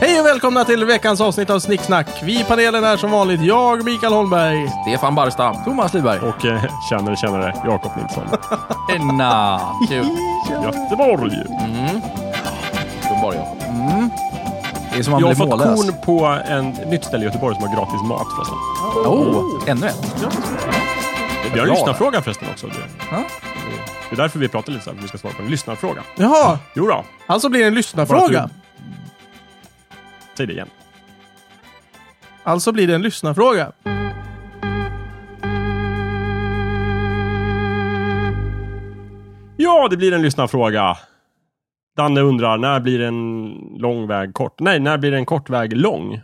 Hej och välkomna till veckans avsnitt av Snicksnack. Vi i panelen är som vanligt jag, Mikael Holmberg. Stefan Barstam. Thomas Lyberg. Och eh, känner känner Jakob Nilsson. Enna. Kul. Göteborg! Uppenbarligen. Mm. Det är som man Jag har blir fått mållös. korn på en- ett nytt ställe i Göteborg som har gratis mat förresten. Oh, ännu ett. Vi har bra. en lyssnarfråga förresten också. Det, Ja. det är därför vi pratar lite så här, för vi ska svara på en lyssnarfråga. Jaha, Jo då, alltså blir det en Bara lyssnarfråga. att säg det igen. Alltså blir det en lyssnarfråga. Ja, det blir en lyssnarfråga. Danne undrar, när blir en lång väg kort? Nej, när blir en kort väg lång?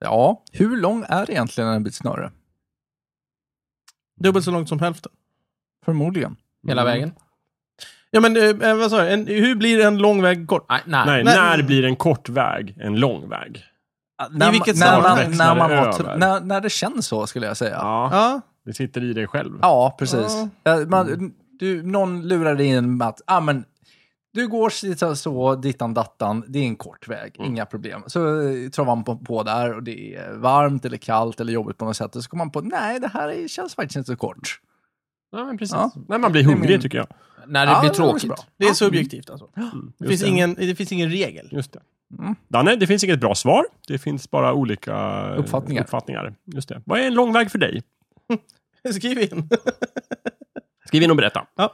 Ja, hur lång är egentligen en bit snöre? Dubbelt så långt som hälften. Förmodligen. Mm. Hela vägen? Ja men eh, vad sa jag? En, hur blir en lång väg Ah. kort? Nej, nej. Nej, Nej. när blir en kort väg en lång väg? När, vilket när, snöre? man, när, man När det var, tr- över. när, när det känns så, skulle jag säga. Ja, Ja, Ja. det sitter i dig själv. precis. Ja, Mm. Man, du, någon lurar dig in med att ah, men, du går så, så dittan dattan, det är en kort väg, Mm. inga problem. Så eh, travar man på, på där och det är varmt eller kallt eller jobbigt på något sätt. Och så kommer man på, nej, det här är, känns faktiskt inte så kort. Ja, men precis. Ja. När man blir Det är hungrig min- tycker jag. När det Ja, blir det var tråkigt. också bra. Det är subjektivt alltså. Det finns, Ah. det. ingen, det finns ingen regel. Just det. Danne, det finns inget bra svar. Det finns bara olika eh, Uppfattningar. uppfattningar. Just det. Vad är en lång väg för dig? Skriv in. Skriv in och berätta. Ja.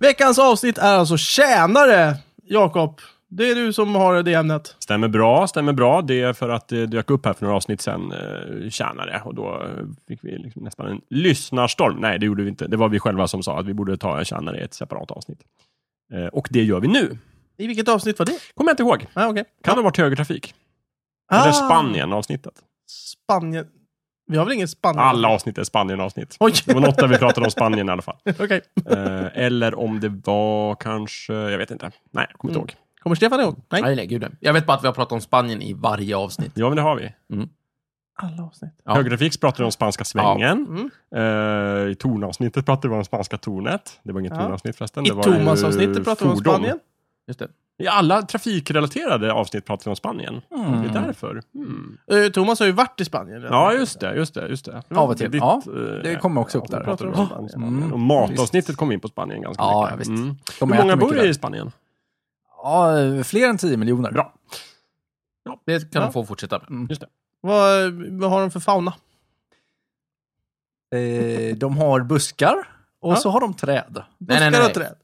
Veckans avsnitt är alltså tjänare. Jakob, det är du som har det ämnet. Stämmer bra, stämmer bra. Det är för att det dök upp här för några avsnitt sen, eh, tjänare. Och då eh, fick vi liksom nästan en lyssnarstorm. Nej, det gjorde vi inte. Det var vi själva som sa att vi borde ta en tjänare i ett separat avsnitt. Eh, och det gör vi nu. I vilket avsnitt var det? Kommer jag inte ihåg. Ah, okay. Kan det ha varit högertrafik? Eller Spanien-avsnittet? Spanien. Vi har väl ingen Spanien? Alla avsnitt är Spanien-avsnitt. Oj. Det var något där vi pratade om Spanien i alla fall. Okej. Eh, eller om det var kanske, jag vet inte. Nej, jag kommer inte Mm. ihåg. Kommer Stefan ihåg? Nej. Nej, nej, gud nej. Jag vet bara att vi har pratat om Spanien i varje avsnitt. Ja, men det har vi. Alla avsnitt. Mm. Ja. Högertrafik pratade vi om spanska svängen. Eh, I tornavsnittet pratade vi om spanska tornet. Det var inget Ja. tornavsnitt förresten. I det var ju Thomas-avsnittet pratade vi om fordon. Spanien. Just det. I alla trafikrelaterade avsnitt pratade vi om Spanien. Det är därför. Mm. Eh, Thomas har ju varit i Spanien redan. Ja, just det. Just det, just det. Av och till. Ditt, Ja, eh, det kommer också upp ja, där. pratade vi om Spanien. Mm. Och matavsnittet kom in på Spanien ganska Ja, mycket. visst. Mm. De Hur äter många mycket bor där. i Spanien? Ja, fler än 10 miljoner. Mm. Bra. Det kan de få fortsätta med. Just det. Vad, vad har de för fauna? Eh, de har buskar och Ja. så har de träd. Nej, nej, Buskar nej. och träd?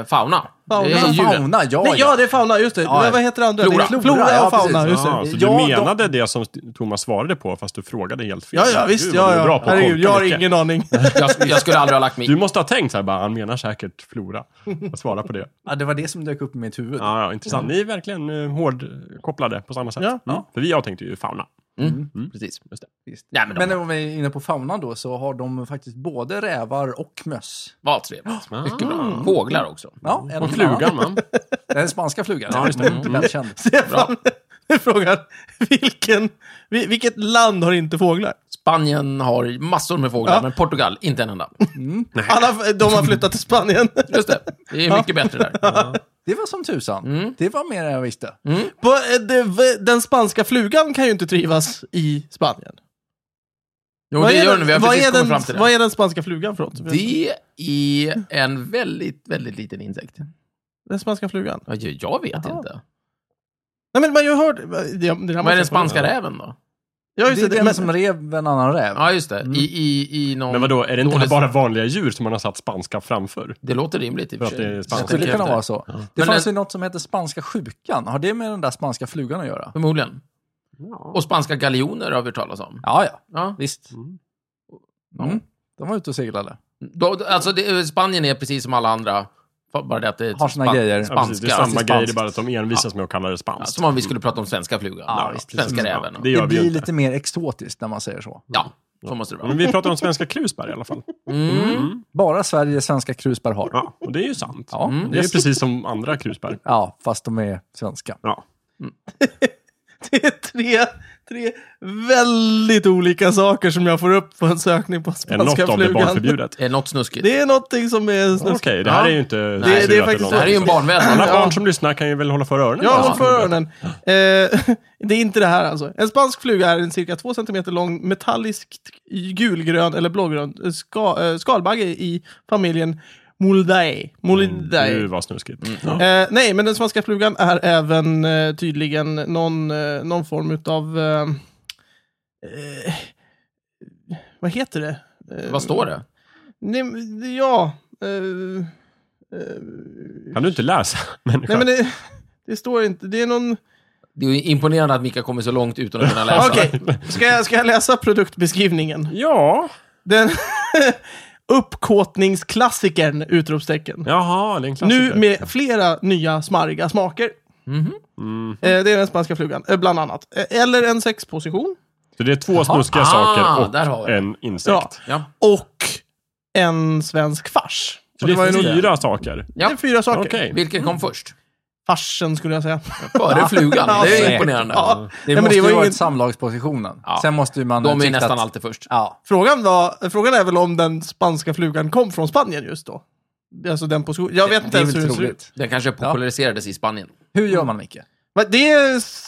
Eh, fauna. Fauna. Det Ja, är djuren. fauna, ja, Nej, ja, det är fauna. Just det. Ja, Men Vad heter det andra? Flora. Det är flora Flora, och ja, fauna. precis. just det. Ja, så du Ja, de- menade det som Thomas svarade på, fast du frågade helt fel. Ja, ja, visst. Gud, vad Ja, du är ja. bra på att Herregud, tolka jag har mycket. ingen aning. Jag, jag skulle aldrig ha lagt mig i. Du måste ha tänkt så här, bara, han menar säkert Flora. Jag svarar på det. Ja, det var det som dök upp i mitt huvud. Ja, ja, intressant. Ni är verkligen eh, hårdkopplade på samma sätt. Ja. Mm. För vi, jag tänkte ju fauna. Mm. Precis. Just det. Visst. Nej, men de- men, om vi är inne på faunan då så har de faktiskt både rävar och möss. Vad trevligt. Ah. Mycket bra. Fåglar också. Ja, en Och flugan, va? Den spanska flugan. Ja, just det. Mm. Välkänd. Stefan, du frågar vilken, vil- vilket land har inte fåglar? Spanien har massor med fåglar, Ja. men Portugal, inte en enda. Alla, de har flyttat till Spanien. Just det. Det är mycket bättre där. Det var som tusan. Det var mer än jag visste. På, eh, det- Den spanska flugan kan ju inte trivas i Spanien. Jo, det gör den. Vi har vad, precis är kommit den, fram till vad det. är den spanska flugan för något? Det är en väldigt, väldigt liten insekt. Den spanska flugan? Ja, Jag jag vet inte. Nej, men man har ju hört... Det, det här Vad måste är jag den fråga. spanska räven då? Ja, just Det är det. den Men, som rev en annan räv. Ja, just det. Mm. I, i, i någon... Men vadå, är det inte dålig- bara vanliga djur som man har satt spanska framför? Det låter rimligt i och för För att det är sig. spanskt. Jag Skulle tänker det kunna efter. vara så? Det Men fanns den- ju något som hette spanska sjukan. Har det med den där spanska flugan att göra? Förmodligen. Och spanska galjoner har vi hört talas om. Ja, ja. Ja. Visst. Mm. De var ute och seglade. Då, alltså, det, Spanien är precis som alla andra, bara det att det är Har sina span- grejer. Ja, precis, spanska. alltså det är samma spanskt. grej, det är bara att de envisas med att kalla det Ja, spanskt. som om vi skulle prata om svenska flugan. Ja, Ja, visst, svenska precis. räven. det Det gör vi ju blir inte. lite mer exotiskt när man säger så. Ja, så måste det vara. Men vi pratar om svenska krusbär i alla fall. Mm. Bara Sverige svenska krusbär har. Ja, Ja, och det är ju sant. Mm. Ja. Det är ju precis som andra krusbär. fast de är svenska. Ja. det är tre, tre väldigt olika saker som jag får upp på en sökning på Är något spanska av det flugan. barnförbjudet? Är det något snuskigt? Det är någonting som är Okej, snuskigt. det här Ja. är ju inte... det är censurerat faktiskt- eller Det här är ju en någonting. barnvänlig. Alla barn som lyssnar kan ju väl hålla för öronen? Mm, Ja, där. håll för öronen. Eh, det är inte det här alltså. En spansk fluga är en cirka två centimeter lång metalliskt gulgrön eller blågrön eh, ska, eh, skalbagge i familjen Moldae. Moldae. Nu var snuskigt. Ja. Eh, nej, men den svenska flugan är även eh, tydligen någon, eh, någon form utav... Eh, eh, vad heter det? Eh, Vad står det? Nej, men- ja... Eh, eh, Kan du inte läsa människa? nej, men det, det står inte. Det är någon... Det är ju imponerande att Mika kommer så långt utan att kunna läsa. Okej, ska, jag, ska jag läsa produktbeskrivningen? Ja. Den... Uppkåtningsklassikern! Utropstecken. Jaha, det är en klassiker. Nu med flera nya smarriga smaker. Mm. Eh, det är den spanska flugan, eh, bland annat. Eh, eller en sexposition. Så det är två snuskiga Ah, saker och där har vi det. en Ja. insekt. Ja. och en svensk fars. Så Och det, var ju nog- är fyra saker. det är fyra saker. Okej. Vilket kom först? Farsen skulle jag säga. Före flugan. Det är säkert. ju imponerande. Ja. Det Nej, men måste det ju var ju varit ingen... samlagspositionen. Ja. Sen måste ju man... De är tyckt nästan att- alltid först. Ja. frågan, var, frågan är väl om den spanska flugan kom från Spanien just då? Alltså den positionen. Jag vet Det inte är ens hur väl den ser ut. troligt. Den kanske populariserades i Spanien. Hur gör man, Micke? Men Det,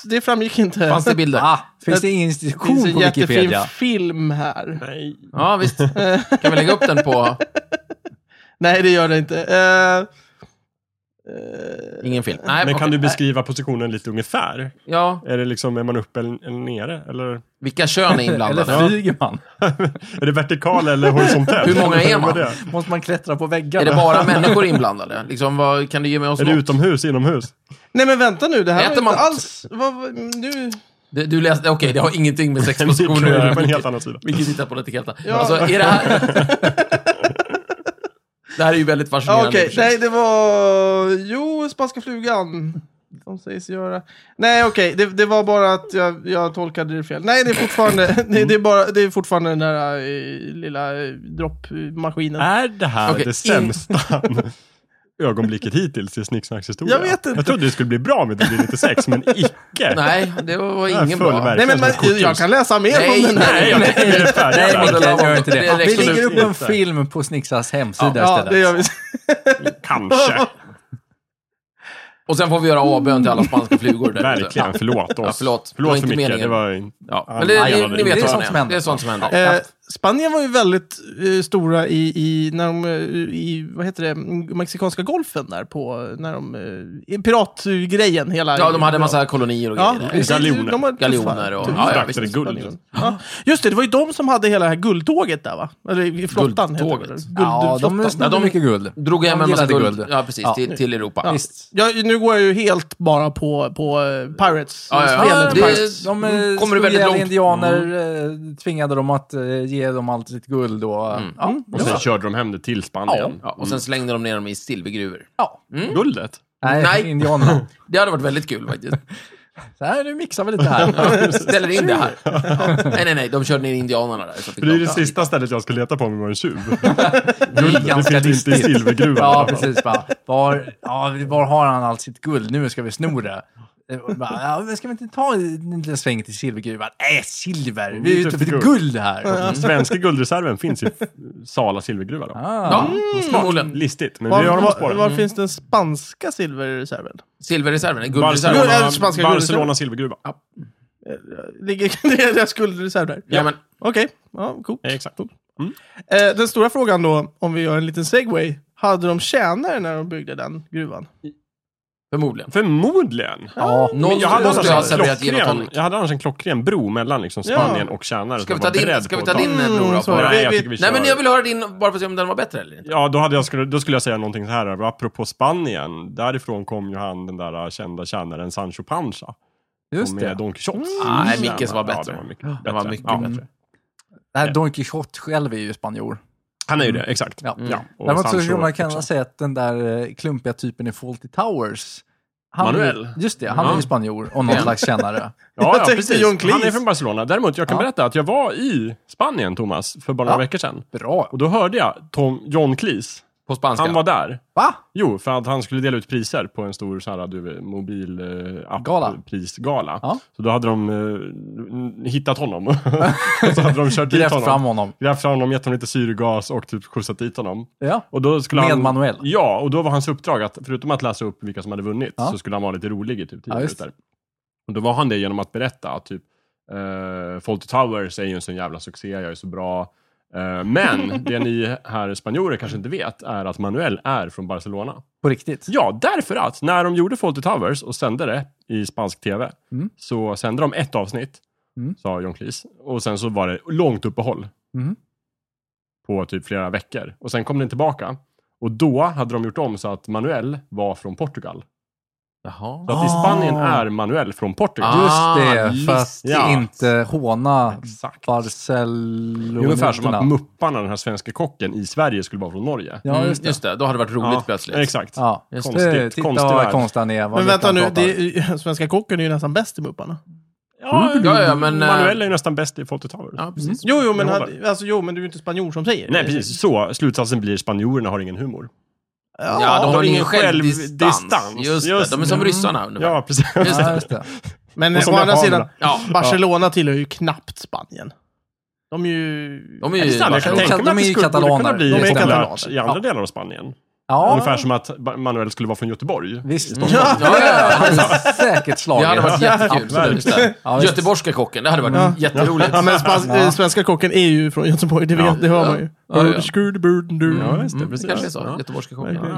det framgick inte. Fanns det bilder? Ah, finns Jag- det ingen Det finns institution en på jättefin Wikipedia? film här. Nej. Ja, visst. Kan vi lägga upp den på... Nej, det gör det inte. Eh, Ingen film. Nej, Men kan okej. du beskriva positionen lite ungefär? Ja, Är det liksom, är man uppe eller, eller nere? Eller vilka kön är Eller inblandade? flyger man? är det vertikal eller horisontell? Hur många är man? Vad det? Måste man klättra på Är väggarna? det bara människor inblandade? Liksom, vad, kan du ge mig oss Är det något? utomhus, inomhus? nej, men vänta nu. Det här Äter var inte man- alls... Vad, vad- nu, Du, du läste, okej, det har ingenting med Musik sexpositioner tror att jag är göra. på en Micke. helt annan sida. Micke tittar på etiketten. Ja. Alltså, är det här... det här är ju väldigt Ja, fascinerande. Okej, i och för sig. nej det var... Jo, spanska flugan. De sägs göra... Nej okej, det, det var bara att jag, jag tolkade det fel. Nej det är fortfarande, Mm. det, det är bara, det är fortfarande den där eh, lilla eh, droppmaskinen. Är det här Okej, in- det sämsta ögonblicket hittills i Snicksnacks historia? Jag vet inte. Jag trodde det skulle bli bra med det blir lite sex, men icke. Nej, det var ingen full bra. verk. nej men man, jag kan läsa mer Nej, om den här. nej, jag tycker det är Nej, färdigt. där. Micke, det var- gör inte det det. räcker Vi lägger absolut upp en inte. film på Snicksas hemsida Ja, istället. det gör vi. Kanske. Och sen får vi göra avbön till alla spanska flugor där ute. Verkligen, förlåt oss. Ja, förlåt. Det var förlåt inte för Micke, meningen. det var ju... Ja. Ja, Men det, nej, ni, ja, det- ni vet det är vad sånt det som är. händer. Det är sånt som händer. Eh, Spanien var ju väldigt eh, stora i, i, när de, eh, i, vad heter det, mexikanska golfen där på, när de, eh, i piratgrejen hela. Ja, de hade en massa kolonier och Ja, grejer. där. precis. Galjoner. De var Galjoner tuffa- och... liksom. Ja, ja, Fraktade visst. liksom. guld. Ja. Just det, det var ju de som hade hela det här guldtåget där va? Eller i flottan heter det, Guldtåget. eller? Guld, Ja, de flottan. snodde de- mycket guld. Drog hem De en massa gillade guld. guld. Ja, precis. Ja. Till, till Europa. Ja. Visst. Ja, nu går jag ju helt bara på, på eh, Pirates. Ja, ja, ja. spelet. Det- Pirates. De Mm. Kommer kommer du väldigt väldigt långt? indianer eh, tvingade dem att eh, ge dem allt sitt guld och... eh, Ja, Och sen körde de hem det till Spanien. Mm. Ja, och sen slängde de ner dem i silvergruvor. ja. Guldet? Nej, Nej. indianerna. Det hade varit väldigt kul faktiskt. Så här, nu mixar vi lite här. Ställer in det här. Nej, nej, nej. De körde ner indianerna där. Så fick För det är de- det sista stället jag skulle leta på om jag var en tjuv. Det är Det ganska finns inte i listigt. silvergruvan. Ja, precis. Bara, var, ja, var har han allt sitt guld? Nu ska vi sno det. Eh, och Bara, ja, men ska vi inte ta en liten sväng till silvergruvan? Nej, silver! Vi är ute efter guld här. Svenska guldreserven finns i Sala silvergruva. Då. Ja, Ah. Mm. förmodligen. Listigt, men Var, vi har dem på var, var, spåren. Mm. finns den spanska silverreserven? Silverreserven, guldreserven. Guld- Barcelona, äh, spanska guldreserven. Barcelona silvergruva. Ja, Eh, Ligger det är deras guldreserv där? Ja, men Mm. Okej, ja, cool. exakt. Eh, den stora frågan då, om vi gör en liten segway. Hade de tjänare när de byggde den gruvan? förmodligen. Förmodligen. Ja. Någon Jag hade, måste ju ha annars en serverat gin och klockren, tonic. jag hade annars en klockren bro mellan liksom Ja. Spanien och tjänare. Ska som vi var ta din, beredd ska vi på att ta ta- din Mm, bror så är bara? det. Nej, jag tycker vi Nej, men kör. jag vill höra din bara för att se om den var bättre eller inte. Ja, då, hade jag, skulle- då skulle jag säga någonting så här. Apropå Spanien, därifrån kom ju han den där äh, kända tjänaren Sancho Panza. Just med det. Don Quijote. Mm. Nej, Mickes var Ja, bättre. det var mycket bättre. Den var mycket Ja. bättre. Det här Don Quijote själv är ju spanjor. Han är ju det, Mm. exakt. Ja. Mm. Ja. Och Däremot så Sancho skulle man också. kunna säga att den där eh, klumpiga typen i Fawlty Towers. Han, Manuel. Just det, han är Ja. ju spanjor och någon Ja. slags kännare. Ja, Jag ja tänkte precis. John Cleese. Han är från Barcelona. Däremot, jag kan berätta att jag var i Spanien, Thomas, för bara några Ja. veckor sedan. Bra. Och då hörde jag Tom, John Cleese På spanska. Han var där. Va? Jo, för att han skulle dela ut priser på en stor så här, du, mobil eh, app- Gala. prisgala. Ja. Så då hade de eh, hittat honom. och så hade de kört dit Grävt honom. fram honom. Grävt fram honom, gett honom lite syrgas och typ skjutsat dit honom. Ja. Och då skulle Med han, manuell. Ja, och då var hans uppdrag att förutom att läsa upp vilka som hade vunnit Ja. så skulle han vara lite rolig i typ 10 Ja, just minuter. Och då var han det genom att berätta att typ uh, Fawlty Towers är ju en sån jävla succé, jag är så bra. Eh, men det ni här spanjorer kanske inte vet är att Manuel är från Barcelona. På riktigt? Ja, därför att när de gjorde Fawlty Towers och sände det i spansk tv Mm. så sände de ett avsnitt, Mm. sa John Cleese. Och sen så var det långt uppehåll Mm. på typ flera veckor. Och sen kom den tillbaka. Och då hade de gjort om så att Manuel var från Portugal. Jaha. Så att i Ah. Spanien är Manuel från Portugal. Ah. Just det, för att listigt. Ja. inte håna Exakt. Barcelona. Ungefär som att Mupparna, den här svenska kocken i Sverige, skulle vara från Norge. Mm, Ja, Mm, just det. Just det, då hade det varit roligt Ja, plötsligt. Exakt. Ja. Just Konstigt. Eh, Titta konstig vad värld. konstig han är. vad Men vet vänta han nu, pratar. det är, Svenska Kocken är ju nästan bäst i Mupparna. Ja, ja, ja, men, eh, Manuel är ju nästan bäst i Fawlty Towers. Ja, precis. Jo, jo, men, Jag han, alltså, jo, men du är ju inte spanjor som säger det. Nej, precis. Så slutsatsen blir spanjorerna har ingen humor. Ja, Ja, de har ingen ingen självdistans. självdistans. Just, Just det, de är som det. ryssarna ungefär. Ja, precis. Ja, just det. Men Och eh, som å andra japanerna. sidan, Ja. Barcelona tillhör ju knappt Spanien. De är ju... De är ju... Jag kan De tänka kan- mig de att är det ju skulle borde katalaner. kunna bli De är en katalaner. kollaps i andra Ja. delar av Spanien. Ja, Ungefär som att Ba- Manuel skulle vara från Göteborg. visst. Ja, ja, ja. Han är säkert slagen. Det hade varit jättekul. Ja, Absolut. Ja, visst. Göteborgska kocken, det hade varit jätteroligt. Ja, men spans- eh, svenska kocken är ju från Göteborg, det, vet, det hör man ju. Ja, ja. Skurd, burd, du. Ja, just det, Mm, det precis. kanske är så. Ja. Göteborgska Ja, kocken.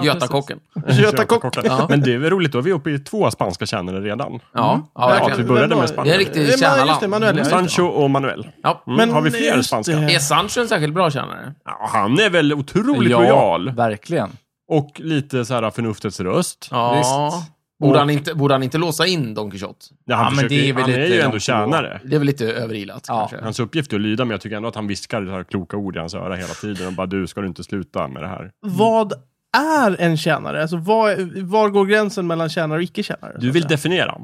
precis. Götakocken. Götakocken. Ja. Men det är väl roligt, då är vi uppe i två spanska kärnor redan. Mm. Ja, ja Ja, typ vi verkligen. började Vem var- med Spanien. Mm. Det är en riktig Eh, men- kärna Just det, land. Manuel. ja, just det. Sancho och Manuel. Ja. Mm, Men- har vi just fler det. spanska? Är Sancho en särskilt bra tjänare? Ja, han är väl otroligt Ja, lojal. verkligen. Och lite så här förnuftets röst. Ja. Borde han, inte, borde han inte låsa in Don Quijote? Ja, han Ja, men försöker, det är väl han är lite ju ändå långt tjänare. Det är väl lite överilat Ja. kanske. Hans uppgift är att lyda, men jag tycker ändå att han viskar så här kloka ord i hans öra hela tiden. Och bara, du, ska du inte sluta med det här? Vad är en tjänare? Alltså, var, var går gränsen mellan tjänare och icke-tjänare? så Du att vill säga? definiera.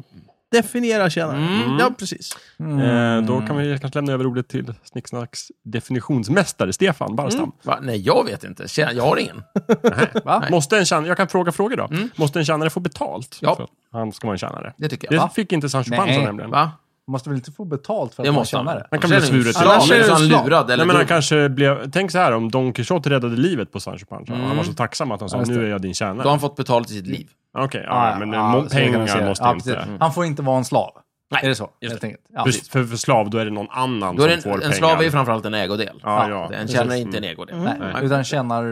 definiera tjänare. Ja, precis. Mm. Eh, då kan vi kanske lämna över ordet till Snicksnacks definitionsmästare, Stefan Barstam. Va? Nej, jag vet inte. Tjä- Jag har ingen. Va? Måste en tjänare, jag kan fråga frågor då. Måste en tjänare få betalt? Ja. För att han ska vara en tjänare. Det tycker Det jag. Va? fick inte Sancho Nej. Panza nämligen. Va? Måste väl inte få betalt för Det att man måste tjänar det? Han kan bli Sen är det svuret slav, slav. eller så är han Slav. lurad eller Nej, men han dum. kanske blev, tänk så här om Don Quixote räddade livet på Sancho Panza. och Han var så tacksam att han sa, Ja, just nu det. är jag din tjänare. Då har han fått betalt i sitt liv. Okej, ja, men eh, må- så kan man pengar säga. måste Ja, inte... precis. Han får inte vara en slav. Nej, är det så? just Helt det. enkelt. Ja. För, för, för slav, då är det någon annan Då är som det får en, pengar. en slav är ju framförallt en ägodel. Ja, ja. En Precis. Mm. tjänare är inte en ägodel. Nej, Nej. utan tjänar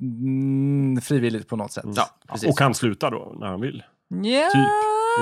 mm, frivilligt på något sätt. Ja, precis. Och kan sluta då, när han vill. Nja. Typ.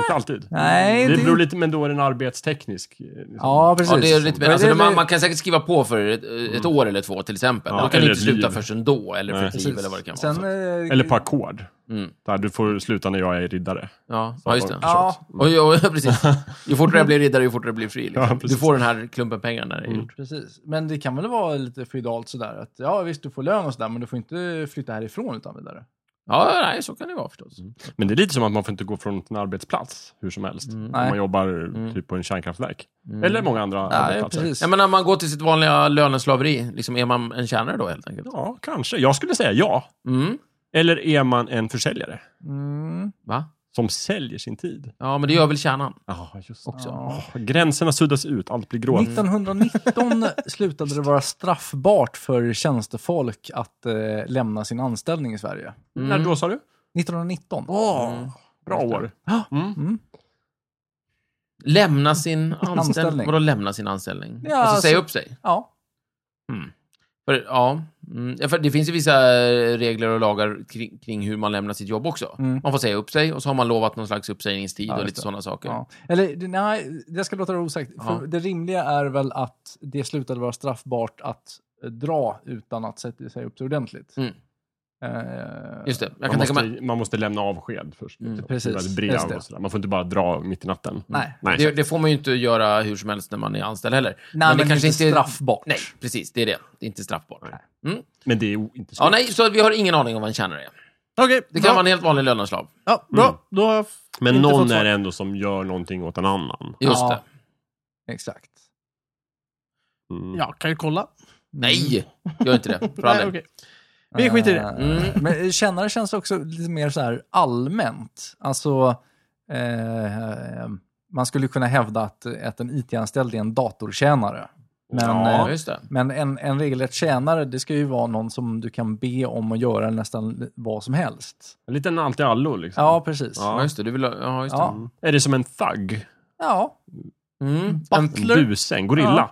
Inte alltid. Nej, det det- beror lite, men då är den arbetsteknisk. eh, Liksom. Ja, precis. Ja, det är lite mer. Men Alltså, det- man, man kan säkert skriva på för ett, ett år eller två till exempel. Ja, Då kan du eller inte ett sluta liv. förrän då, eller för Nej. ett liv eller vad det kan vara. Sen, Så. eh, Eller på ackord. Mm. Där du får sluta när jag är riddare. Ja, ja, just det. Ja, Och, ja, precis. Ju fortare jag blir riddare, ju fortare jag blir fri. Liksom. Ja, precis. Mm. du får den här klumpen pengar när det är gjort. precis. Men det kan väl vara lite feudalt sådär att ja, visst du får lön och sådär, men du får inte flytta härifrån utan vidare. Ja, nej, så kan det vara förstås. Men det är lite som att man får inte gå från en arbetsplats hur som helst. Om Nej. man jobbar typ på en kärnkraftverk. Eller många andra Ja, arbetsplatser. precis. Jag menar, man går till sitt vanliga löneslaveri, liksom, är man en tjänare då helt enkelt? Ja, kanske. Jag skulle säga ja. Mm. Eller är man en försäljare? Mm. Va? Som säljer sin tid. Ja, men det gör väl kärnan? Ja, just Också. det. Gränserna suddas ut, allt blir grått. 1919 slutade det vara straffbart för tjänstefolk att eh, lämna sin anställning i Sverige. När då sa du? 1919. Mm. Bra år. Mm. Lämna sin anställning. Anställning. Vadå lämna sin anställning? Ja, alltså säga alltså- upp sig? Ja. För, ja, mm, ja, för det finns ju vissa eh, regler och lagar kring, kring hur man lämnar sitt jobb också. Mm. Man får säga upp sig och så har man lovat någon slags uppsägningstid Ja, och just lite det. sådana saker. ja. Eller det- nej, jag ska låta det vara osagt. Ja. För det rimliga är väl att det slutade vara straffbart att eh, dra utan att sätta sig upp sig ordentligt. Mm. Eh, Just det. Jag Man kan tänka måste, mig... man måste lämna avsked först. Mm, precis. Ett Just brev det. och sådär. Man får inte bara dra mitt i natten. Nej. Nej. Det, det får man ju inte göra hur som helst när man är anställd heller. Nej, men, det kanske inte är- straffbart. Nej, precis. Det är det. Det är inte straffbart. Mm. Men det är o- inte så. Ja, nej, så vi har ingen aning om vad en tjänare är. Okej, Det kan bra. vara en helt vanlig löneslav. Ja, bra. Mm. Då har jag f- Men inte någon fått är svar. det ändå som gör någonting åt en annan. Just Ja. det. Exakt. Mm. Ja, kan ju kolla. Nej, gör inte det. För all Nej, del. okej. Vi skiter i det. Mm. Eh, Men kännare känns också lite mer så här allmänt. Alltså, eh, man skulle kunna hävda att, att en IT-anställd är en datortjänare. Men, ja, eh, just det. men en, en regelrätt tjänare, det ska ju vara någon som du kan be om att göra nästan vad som helst. En liten allt-i-allo liksom. Ja, precis. Ja. Ja, just det. Du vill ha... Ja, just det. Ja. Är det som en thug? Mm. En En buse? En gorilla?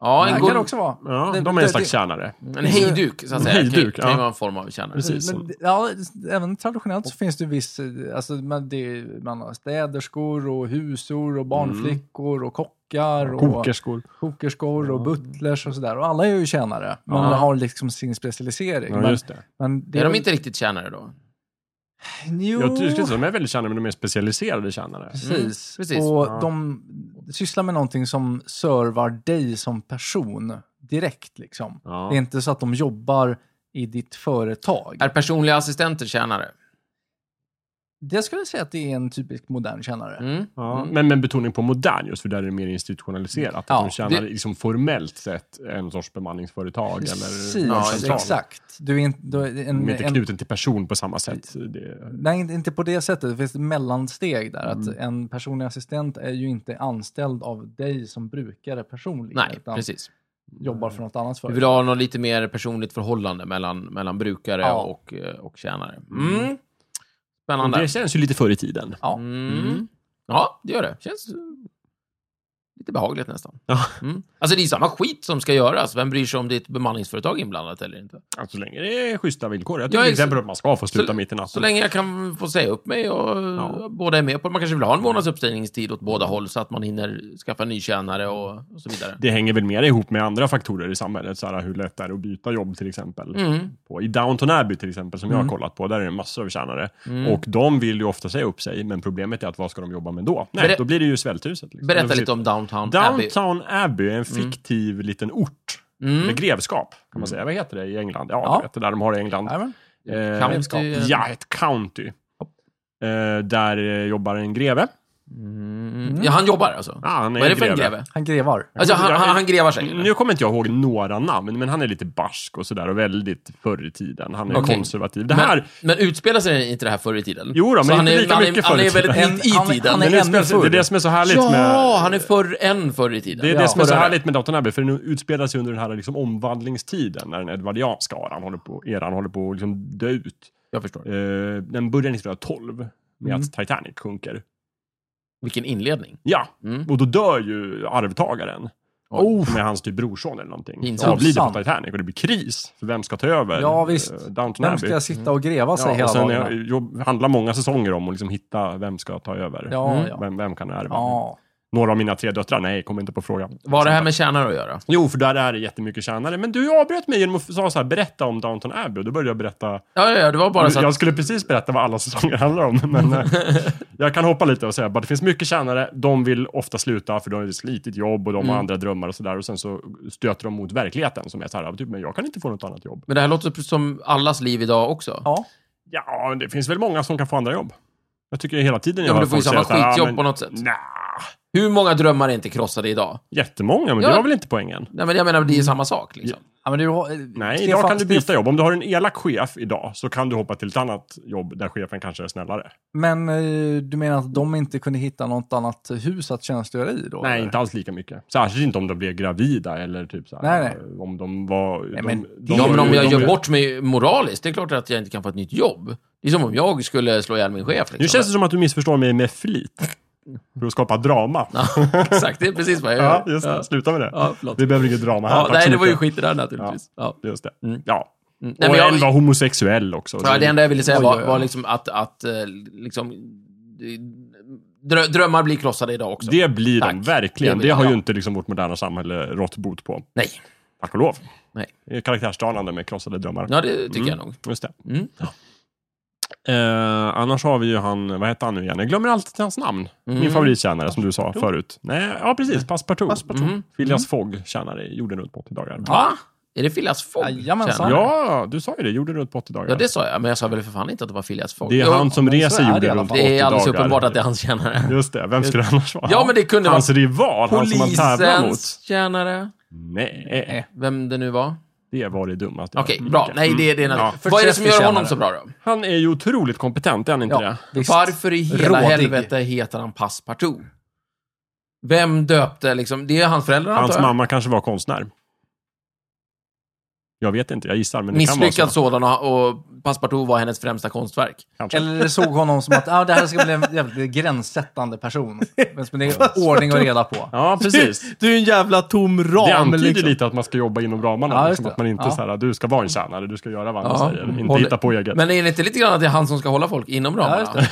Ja, en Det kan det god... också vara. Ja, Det- de är en det- slags tjänare. En hejduk, så att En säga. hejduk, kan, kan ju ja. vara en form av tjänare. Precis. Men, ja, även traditionellt så finns det viss, eh, alltså man, det, man har städerskor och husor och barnflickor och kockar och Kokerskor. kokerskor och butlers och sådär. Och alla är ju tjänare, men Ja. har liksom sin specialisering. Ja, men, just det. men det Är de inte riktigt tjänare då? Jo, Jag skulle säga att de är väldigt tjänare, men de är specialiserade tjänare. precis. Mm, precis. Och Ja. de sysslar med någonting som servar dig som person direkt liksom. Ja. Det är inte så att de jobbar i ditt företag. Är personliga assistenter tjänare? Det skulle jag säga att det är en typisk modern tjänare. Mm. Ja, Mm. men, men betoning på modern just, för där är det mer institutionaliserat. Ja, att de tjänar det- liksom formellt sett en sorts bemanningsföretag eller Precis, Ja, central. exakt. Du är inte, du är De en, är inte en, knuten till person på samma sätt. Det, nej, inte- inte på det sättet. Det finns ett mellansteg där. Att Mm. en personlig assistent är ju inte anställd av dig som brukare personligen. Nej, utan precis. jobbar för något annat Du företag. vill ha något lite mer personligt förhållande mellan, mellan brukare Ja. och, eh, och tjänare. Mm. och Spännande. det känns ju lite förr i tiden. Ja. Mm. Ja, det gör det. Känns eh, lite behagligt nästan. Ja. Mm. Alltså det är samma skit som ska göras. Vem bryr sig om ditt bemanningsföretag är inblandat eller inte? Så länge det är schyssta villkor. Jag tycker Ja, till ex- exempel att man ska få sluta så- mitt i natten. Så länge jag kan få säga upp mig och Ja. båda är med på det. Man kanske vill ha en månads uppsägningstid åt båda håll så att man hinner skaffa en ny tjänare och, och så vidare. Det hänger väl mer ihop med andra faktorer i samhället, så här, hur lätt det är att byta jobb till exempel. Mm. På, I Downton Abbey till exempel, som jag har kollat på, där är det massor av tjänare. Mm. Och de vill ju ofta säga upp sig, men problemet är att vad ska de jobba med då? Nej, Berä- då blir det ju svälthuset. Liksom. Berätta Eller lite om Downtown, Abbey. Downtown Abbey är en fiktiv liten ort Mm. med grevskap, kan man säga. Vad heter det i England? Ja, Ja. Du vet, det där de har i England. Jajamän. Eh, Grevskap. Ja, ett county. Eh, där eh, jobbar en greve. Mm. Ja, han jobbar alltså. Ah, han är, Vad är det en för en greve. Mm, greve? Han grevar. Alltså, han, han, han grevar sig? eller? Nu kommer inte jag ihåg några namn, men han är lite barsk och sådär och väldigt förr i tiden. Han är Okej. konservativ. Det Men, här, men utspelar sig inte det här förr i tiden? Jo då, Så men han inte är, lika han är, mycket Han förr i är väldigt tiden. in i Han- han tiden. är men det, ännu utspelar sig- det är det som är så härligt ja, med... han är förr än förr i tiden. Det är Ja. det som är så Så är det. härligt med Downton Abbey, för den utspelar sig under den här liksom omvandlingstiden, när den edvardianska eran håller på, eran håller på att liksom dö ut. Jag förstår. Eh, den börjar 1912 med Mm. att Titanic sjunker. Vilken inledning. Ja, Mm. och då dör ju arvtagaren. Oj. Som är hans typ brorson eller någonting. Pinsamt. Avlider på Sant. Titanic och det blir kris. För vem ska ta över Ja, visst. eh, Downton Vem Abbey? ska sitta och greva sig Mm. Ja, hela och sen dagarna? jag, jobb, handlar många säsonger om att liksom hitta vem ska ta över. Ja, Mm. ja. Vem, vem kan ärva? ja. Några av mina tre döttrar? Nej, kom inte på frågan. Vad har det här med tjänare att göra? Jo, för där är det jättemycket tjänare. Men du avbröt mig genom att sa så här, berätta om Downton Abbey. Och då började jag berätta. Ja, ja, ja, det var bara så att... Jag skulle precis berätta vad alla säsonger handlar om. Men eh, jag kan hoppa lite och säga bara det finns mycket tjänare. De vill ofta sluta för de har ett slitigt jobb och de Mm. har andra drömmar och sådär. Och sen så stöter de mot verkligheten som är så här, typ, men jag kan inte få något annat jobb. Men det här låter som allas liv idag också. ja. Ja, men det finns väl många som kan få andra jobb. Jag tycker hela tiden jag Ja, men hör du får ju folk samma säga så här, "Ah, skitjobb men- på något sätt. Nja, Hur många drömmar är inte krossade idag? jättemånga, men Ja. det var väl inte poängen? Nej, men jag menar, Mm. det är ju samma sak liksom. ja men du har... Nej, Stefan- idag kan du byta Stefan- jobb. Om du har en elak chef idag så kan du hoppa till ett annat jobb där chefen kanske är snällare. Men eh, du menar att de inte kunde hitta något annat hus att tjänstgöra i då? Nej, eller? inte alls lika mycket. Särskilt inte om de blev gravida eller typ så här, Nej, Om de var... Nej, de, men det- Ja, men om de- jag de- gör bort mig moraliskt, det är klart att jag inte kan få ett nytt jobb. Det är som om jag skulle slå ihjäl min chef. Liksom. Nu känns det som att du missförstår mig med flit. För att skapa drama. Ja, exakt, det är precis vad jag Ja, gör. just det. Ja. Sluta med det. Ja, förlåt. Vi behöver inget drama här. Ja, Tack nej, så det var ju mycket. skit i det här naturligtvis. Ja. Just det. Mm. Ja. Mm. Nej, och men jag, en var homosexuell också. ja, det enda jag ville säga Oj, var, oj, oj. var liksom att, att eh, liksom, drö, drömmar blir krossade idag också. Det blir de Tack. Det verkligen. Det, blir har de, ju ja. inte liksom vårt moderna samhälle rått bot på. Nej, Tack och lov. Nej. Det är karaktärsdanande med krossade drömmar. ja, det tycker jag Mm. nog. Just det. Mm. Eh, annars har vi ju han, vad heter han nu igen? Jag glömmer alltid hans namn. Mm. Min favorittjänare som du sa förut. Nej, ja precis, Passepartout. Passepartout. Mm. Phileas Fogg tjänare i jorden runt på 80 dagar. Va? Är det Phileas Fogg? Jajamensan. Tjena. Ja, du sa ju det, jorden runt på 80 dagar. ja, det sa jag, men jag sa väl för fan inte att det var Phileas Fogg. Det är Jo, han som men så reser är det i jorden alla runt på 80 fall. dagar. det är alldeles uppenbart att det är hans tjänare. Just det, vem skulle det annars vara? Ja, men det kunde vara Hans rival, han som han tävlar mot. polisens tjänare. Nej. Vem det nu var. Det var det dummaste jag Okej, hört. bra. Nej, det, det är Mm, Ja. Vad är det som gör honom så bra då? Han är ju otroligt kompetent, är han inte Ja, det? visst. Varför i hela Rådig. helvete heter han Passepartout? Vem döpte liksom? Det är hans föräldrar antar Hans jag. mamma kanske var konstnär. Jag vet inte, jag gissar. Men det kan vara så. Misslyckad sådan och, och Passepartout var hennes främsta konstverk. Kanske. Eller såg honom som att ah, det här ska bli en jävligt gränssättande person. Men som det är ordning och reda på. Ja, precis. Du är en jävla tom ram. Det antyder liksom. lite att man ska jobba inom ramarna. Ja, just liksom, det. att man inte Ja. så här, du ska vara en tjänare, du ska göra vad andra Ja. säger. Inte Håller- hitta på eget. Men är det inte lite grann att det är han som ska hålla folk inom Ja, ramarna? just det.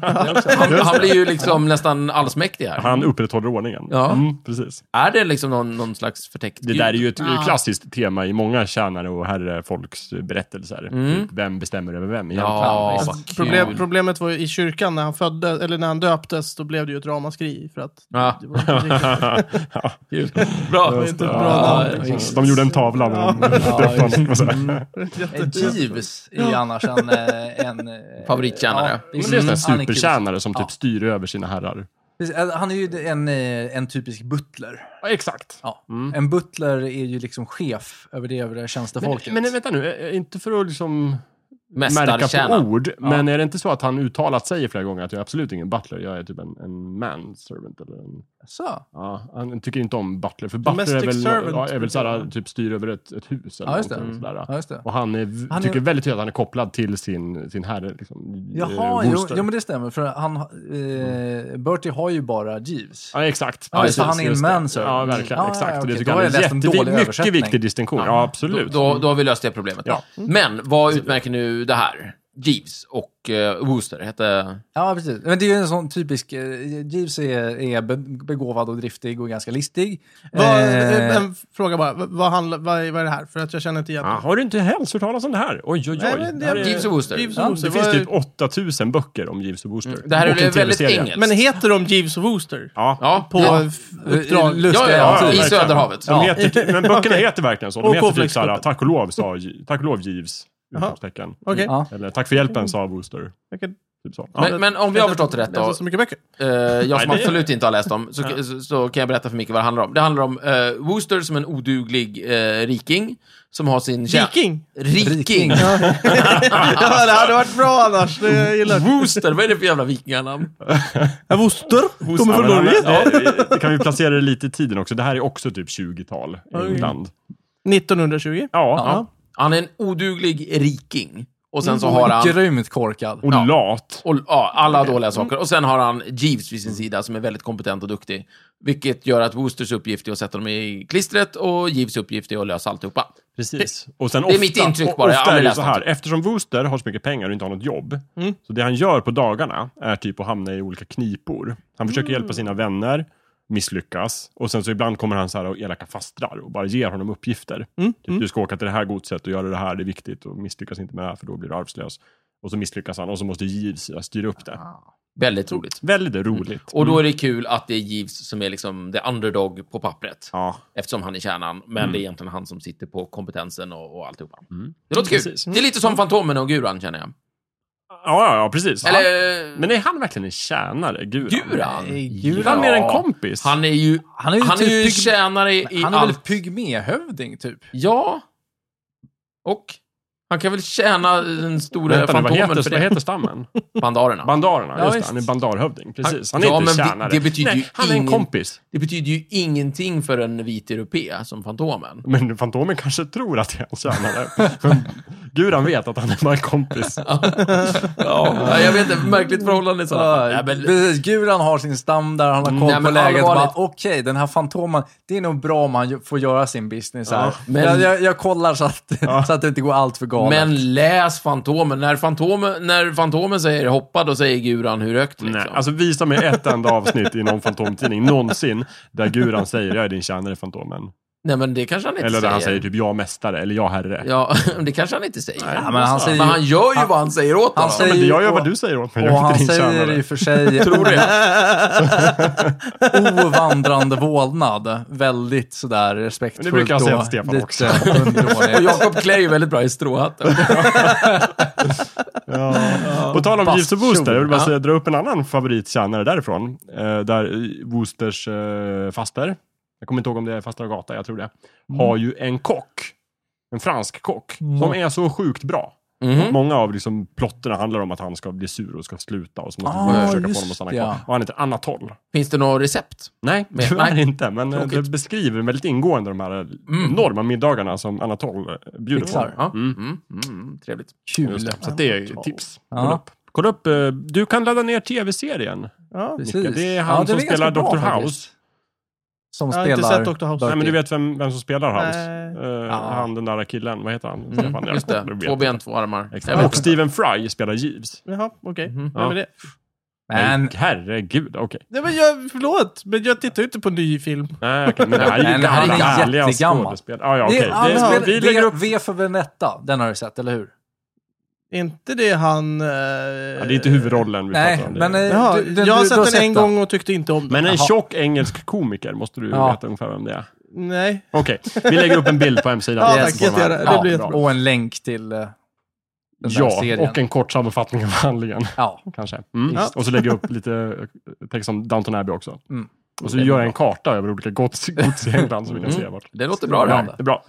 Det är också- han, han blir ju liksom nästan allsmäktig här. Han upprätthåller ordningen. Ja. Mm, precis. Är det liksom någon, någon slags förtäckt Det gud? där är ju ett klassiskt tema i många tjänare och herrefolks berättelser. Typ, vem bestämmer över vem egentligen? Mm. Ja, liksom. vad kul. Alltså, Problem, problemet var ju i kyrkan när han föddes, eller när han döptes, då blev det ju ett ramaskri. För att Ja. det var inte riktigt- Kul. Bra. det är inte ett bra Ja, namn. ja, liksom. De gjorde en tavla när de döpte honom. och så Mm. här. Eh, Jeeves är ju annars en... eh, en eh, Favorittjänare. ja, Men visst. Mm. Mm. det är en Han är kul. supertjänare som typ Ja. styr över sina herrar. Precis, eh, Han är ju en, eh, en typisk butler. Ja, exakt. Ja. En butler är ju liksom chef över det övriga Men, tjänstefolket. men vänta nu, eh, inte för att liksom märka på Mästartjänare. ord, men är det inte så att han uttalat säger flera gånger att jag är absolut ingen butler, jag är typ en, en manservant eller en... Så. Ja, han tycker inte om butler, för Domestic butler är väl, servant, ja, är väl såhär, typ. typ styr över ett, ett hus eller Ja, just det. Mm. någonting sådär. Ja, just det. Och han, är, Han är- tycker väldigt tydligt att han är kopplad till sin, sin herre. Liksom, Jaha, eh, jo, Wooster. jo, men det stämmer. För han, eh, Bertie har ju bara Jeeves. Ja, exakt. Ja, just det, han är en just det. manservant. Ja, verkligen. Ja, ja, exakt. Och det okej, tycker då jag har är jag läst en en dålig jättevi- mycket översättning. viktig distinktion. Ja, absolut. Då, då har vi löst det problemet. Ja. Men vad utmärker nu det här? Jeeves och eh, Wooster hette... Ja, precis. Men det är ju en sån typisk... eh, Jeeves är, är be- begåvad och driftig och ganska listig. Vad, Eh, en fråga bara, vad, vad, handlar, vad, är, vad är det här? För att jag känner inte igen Ah, Ja, har du inte helst hört talas om det här? Oj, oj, Nej, oj. men det- Här är- Jeeves och Wooster. Eh, Jeeves Ja, och Wooster. Det finns Vad- typ 8000 böcker om Jeeves och Wooster. Mm. Det här Och en är väldigt TV-serie. engelskt. Men heter de Jeeves och Wooster? Ja. Ja, På eh, ja. Eh, f- uppdrag? Lust- Ja, ja, Ja, ja, i verkligen. Söderhavet. De heter, men böckerna heter verkligen så. De Och heter typ Cornflakes- så här, tack och lov, sa, J- tack och lov Jeeves. Utropstecken. Okej. ja. Eller tack för hjälpen, sa Wooster. Typ så. Ja. Men, men om jag har förstått det rätt då, Läser så mycket böcker. eh, jag som Nej, det- absolut inte har läst dem, så, så, så kan jag berätta för Micke vad det handlar om. Det handlar om eh, Wooster som en oduglig eh, riking, som har sin... tjä- Viking? Riking! Ja, det hade varit bra annars. Det jag gillar jag. Wooster, vad är det för jävla vikinganamn? Ja, Wooster? Kommer från Ja, men- eh, Norge? det- det Kan vi placera det lite i tiden också? Det här är också typ 20-tal, England. 1920? Ja, Ja. Han är en oduglig riking. Och sen så har han... Grymt korkad. och Ja. lat. Och, ja, alla dåliga saker. Och sen har han Jeeves vid sin sida som är väldigt kompetent och duktig. Vilket gör att Woosters uppgift är att sätta dem i klistret och Jeeves uppgift är att lösa alltihopa. Precis. Och sen det är mitt intryck och bara, jag har Ofta är aldrig det läst så här, eftersom Wooster har så mycket pengar och inte har något jobb, Mm. så det han gör på dagarna är typ att hamna i olika knipor. Han försöker Mm. hjälpa sina vänner, misslyckas, och sen så ibland kommer han så här och elaka fastrar och bara ger honom uppgifter. Mm. Typ, du ska åka till det här godset och göra det här, det är viktigt, och misslyckas inte med det här för då blir du arbetslös. Och så misslyckas han och så måste Jeeves styra upp det. Väldigt roligt. Väldigt roligt. Ah. Mm. Mm. Och då är det kul att det är Jeeves som är liksom the underdog på pappret. Ja, Eftersom han är kärnan, men det är egentligen han som sitter på kompetensen och, och alltihopa. Det låter kul. Precis. Det är lite som Fantomen och Guran, känner jag. ja, ja, ja precis. Eller... Men är han verkligen en tjänare, Guran? Guran? Nej, Guran Ja. är en kompis. Han är ju... Han är ju Han är typ ju pygm- tjänare i, i Han är väl allt. pygméhövding, typ? Ja. Och han kan väl tjäna den stora Vänta nu, vad Fantomen heter, för vad det. heter stammen? Bandarerna. Bandarerna, Ja, just det. visst. Han är bandarhövding. Precis. Han, Han- är ja, inte men det- tjänare. det betyder ju Nej, han är en ingen- kompis. Det betyder ju ingenting för en vit europé som Fantomen. Men Fantomen kanske tror att det är en tjänare. men Guran vet att han är bara en kompis. Ja, jag vet inte, märkligt förhållande i sådana fall. Ja, Nej, men, Precis, Guran har sin standard, han har koll Mm. Nej, på men läget. och Bara, allvarligt. Okej, den här Fantomen, det är nog bra om han ju- får göra sin business här. men- jag, jag, jag kollar så att, så att det inte går allt för galet. men läs Fantomen. När Fantomen, när Fantomen säger hoppa, då säger Guran hur högt liksom. Nej, alltså visa mig ett enda avsnitt i någon Fantomtidning någonsin där Guran säger jag är din tjänare Fantomen. Nej, men det kanske han inte Eller där säger. han säger typ jag mästare eller jag herre. Ja, Ja, det kanske han inte säger. ja, men han säger men han ju, gör ju vad han säger åt han honom. säger men det- jag gör och- vad du säger åt mig. Jag och är han inte din säger tjänare. i och för sig Tror det. ovandrande vålnad. Väldigt sådär respektfullt. Men det brukar jag och säga till Stefan också. lite underdånigt. Och Jakob Clay är väldigt bra i stråhatten. På tal om Bastkjol. Jeeves och Wooster, jag vill bara Ja. säga, dra upp en annan favorittjänare därifrån. Eh, där Woosters eh, faster, jag kommer inte ihåg om det är faster och gata, jag tror det, har ju en kock en fransk kock, som är så sjukt bra. Mhm. Många av liksom, plotterna handlar om att han ska bli sur och ska sluta och så måste Ah, man försöka få just honom att stanna det, kvar. ja. Och han heter Anatol. Finns det något recept? Nej, Men- tyvärr nej. inte. Men eh, Tråkigt. det beskriver väldigt ingående de här eh, Mm. enorma middagarna som Anatol eh, bjuder Fixar. på. Ja. Mm. Mm, mm, mm, trevligt. Kul. Just det. Så att det är ju ett tips. Ja. Kolla upp. Kolla upp. eh, Du kan ladda ner tv-serien. Ja. Precis. Micke. Det är han som är ganska spelar bra Dr. faktiskt. House. Som Jag har inte spelar... sett Dr. House. Dirty. Nej, men du vet vem, vem som spelar House? Nej. Eh, Han den där killen, vad heter han? Stefan, Mm, jag- just du det, vet. två ben, två armar. Jag Exakt. vet Och Stephen Fry spelar Jeeves. Jaha, okej. Ja. Vem är det? Men Nej, herregud, okej. Nej, men jag, förlåt, men jag tittar ju inte på ny film. Nej, okej, men det här är ju Men han är gamla- gamla jättegammal. skådespelare. Ja, ja, okej. det är alla Det- spel- Vi lägger V- upp... V för Vendetta, den har du sett, eller hur? Är inte det han... eh, Ja, det är inte huvudrollen vi Nej, pratar om. Det är- men... eh, Jaha, du- du- du- jag har du sett den en gång och tyckte inte om den. Men en Jaha. tjock engelsk komiker måste du Ja. veta ungefär vem det är. Nej. Okej, vi lägger upp en bild på hemsidan. Ja, Det är tack, sådana- jättegärna. Det Ja, blir bra. jättebra. Och en länk till eh, den där Ja, serien. och en kort sammanfattning av handlingen. Ja, Kanske. Mm. Ja. Och så lägger jag upp lite eh, text om Downton Abbey också. Mm. Och så gör jag en karta över olika gods, gods i England så vi kan se vart. Det låter bra det Ja, här. det är bra.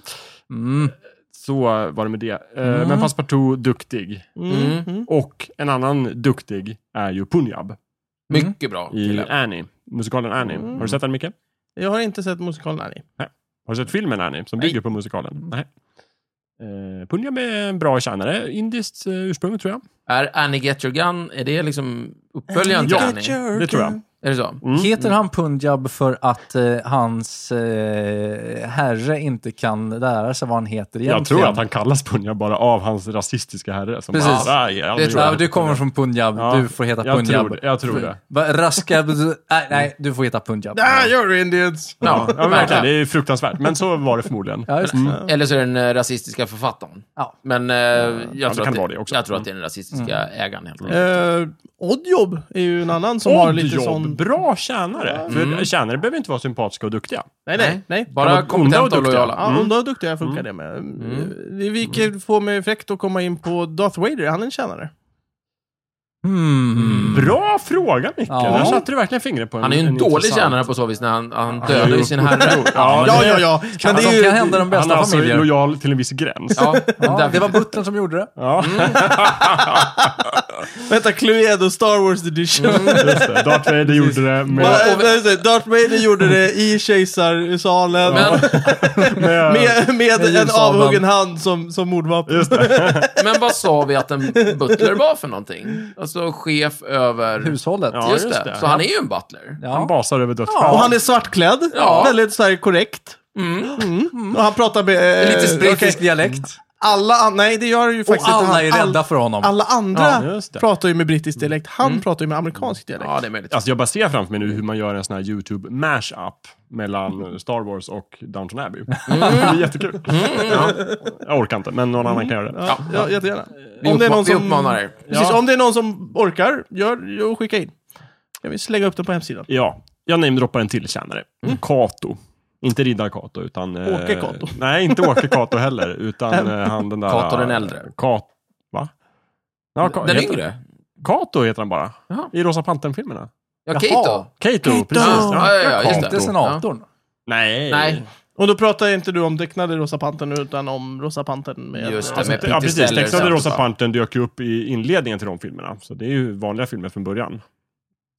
mm. Så var det med det. Eh, Men Passepartout, duktig. Mm. Mm. Och en annan duktig är ju Punjab Mycket bra i killar. Annie. Musikalen Annie. Har du sett den, Micke? Jag har inte sett musikalen Annie. Har du sett filmen Annie, som Nej. bygger på musikalen? Nej. Eh, Punjab är en bra tjänare. Indiskt eh, ursprung, tror jag. Är Annie Get Your Gun, är det liksom uppföljaren till Ja. Annie? Det tror jag. Är det Mm. så? Heter han Punjab för att eh, hans eh, herre inte kan lära sig vad han heter egentligen? Jag tror att han kallas Punjab bara av hans rasistiska herre. Som Precis. Bara, "Aj, jag aldrig tror jag. Ja, du kommer från Punjab, Ja, du får heta jag Punjab. tror det, jag tror det. Va, Raskab... nej, nej, du får heta Punjab. Där gör du Indians! Ja, Ja, men verkligen. Det är fruktansvärt. Men så var det förmodligen. Ja, just det. Eller så är det den eh, rasistiska författaren. Ja. Men eh, jag, det tror kan att vara det också. jag tror att det är den rasistiska ägaren helt enkelt. Eh, Oddjob är ju en annan som har lite Oddjob, sån... Bra tjänare. För tjänare behöver inte vara sympatiska och duktiga. Nej, nej, nej. Bara Kan vara onda och kompetenta och duktiga. lojala. Ja, onda och duktiga Mm. funkar det med. Vi, vi kan få med effekt att komma in på Darth Vader, han är en tjänare. Hmm. Bra fråga, Micke. Ja. Där satte du verkligen fingret på en Han är ju en, en dålig Mm, intressant- tjänare på så vis när han, han dödar ju sin herre. Ja, Ja, det- ja, ja. Men det Alltså, är de ju... kan hända de Han är bästa alltså familjer. lojal till en viss gräns. Ja. Ja, Ja, därför- det var Butlern som gjorde det. Vänta, Cluedo Star Wars Edition. Just det. Darth Vader gjorde det med, Va- vänta, Darth Vader gjorde det i kejsarsalen. men, med, Med, med Med en ljusadeln. avhuggen hand som, som mordvapen. Just det. men vad sa vi att en butler var för någonting? Alltså chef över... Hushållet. Ja, just, just det. det. Så han är ju en butler. Ja. Han basar över dödsfall. Och han är svartklädd. Ja. Väldigt så här korrekt. Mm. Och han pratar med... eh, Lite brittisk okej, dialekt. Mm. Alla an- Nej, det gör ju Och faktiskt inte alla han. är All- rädda för honom. Alla andra Ja, just det. pratar ju med brittisk dialekt. Han pratar ju med amerikansk dialekt. Ja, det är möjligt. Alltså jag bara ser framför mig nu hur man gör en sån här YouTube mashup mellan Star Wars och Downton Abbey. Mm. Det blir jättekul. Ja. Jag orkar inte, men någon annan kan göra det. Ja, ja, jättegärna. Vi, Om det är uppma- någon vi som, uppmanar er. Precis, Ja. om det är någon som orkar, gör och skicka in. Kan vi slänga upp den på hemsidan? Ja, jag namedroppar en till tjänare. Mm. Kato. Inte riddar Kato, utan... eh, Åke Kato. Nej, inte Åke Kato heller, utan eh, han den där... Kato den äldre. Kato... Va? Ja, Ka- Den heter- yngre? Kato heter han bara. Jaha. I Rosa Pantern-filmerna. Ja, Kato. Kato, precis. Ja, ja, ja, just Kato. Inte senatorn. Nej. Nej, Och då pratar inte du om tecknade Rosa Pantern utan om Rosa Pantern med... Just det, alltså, med Ja, precis. Interstellar Textade sen, Rosa va? Pantern dök ju upp i inledningen till de filmerna. Så det är ju vanliga filmer från början.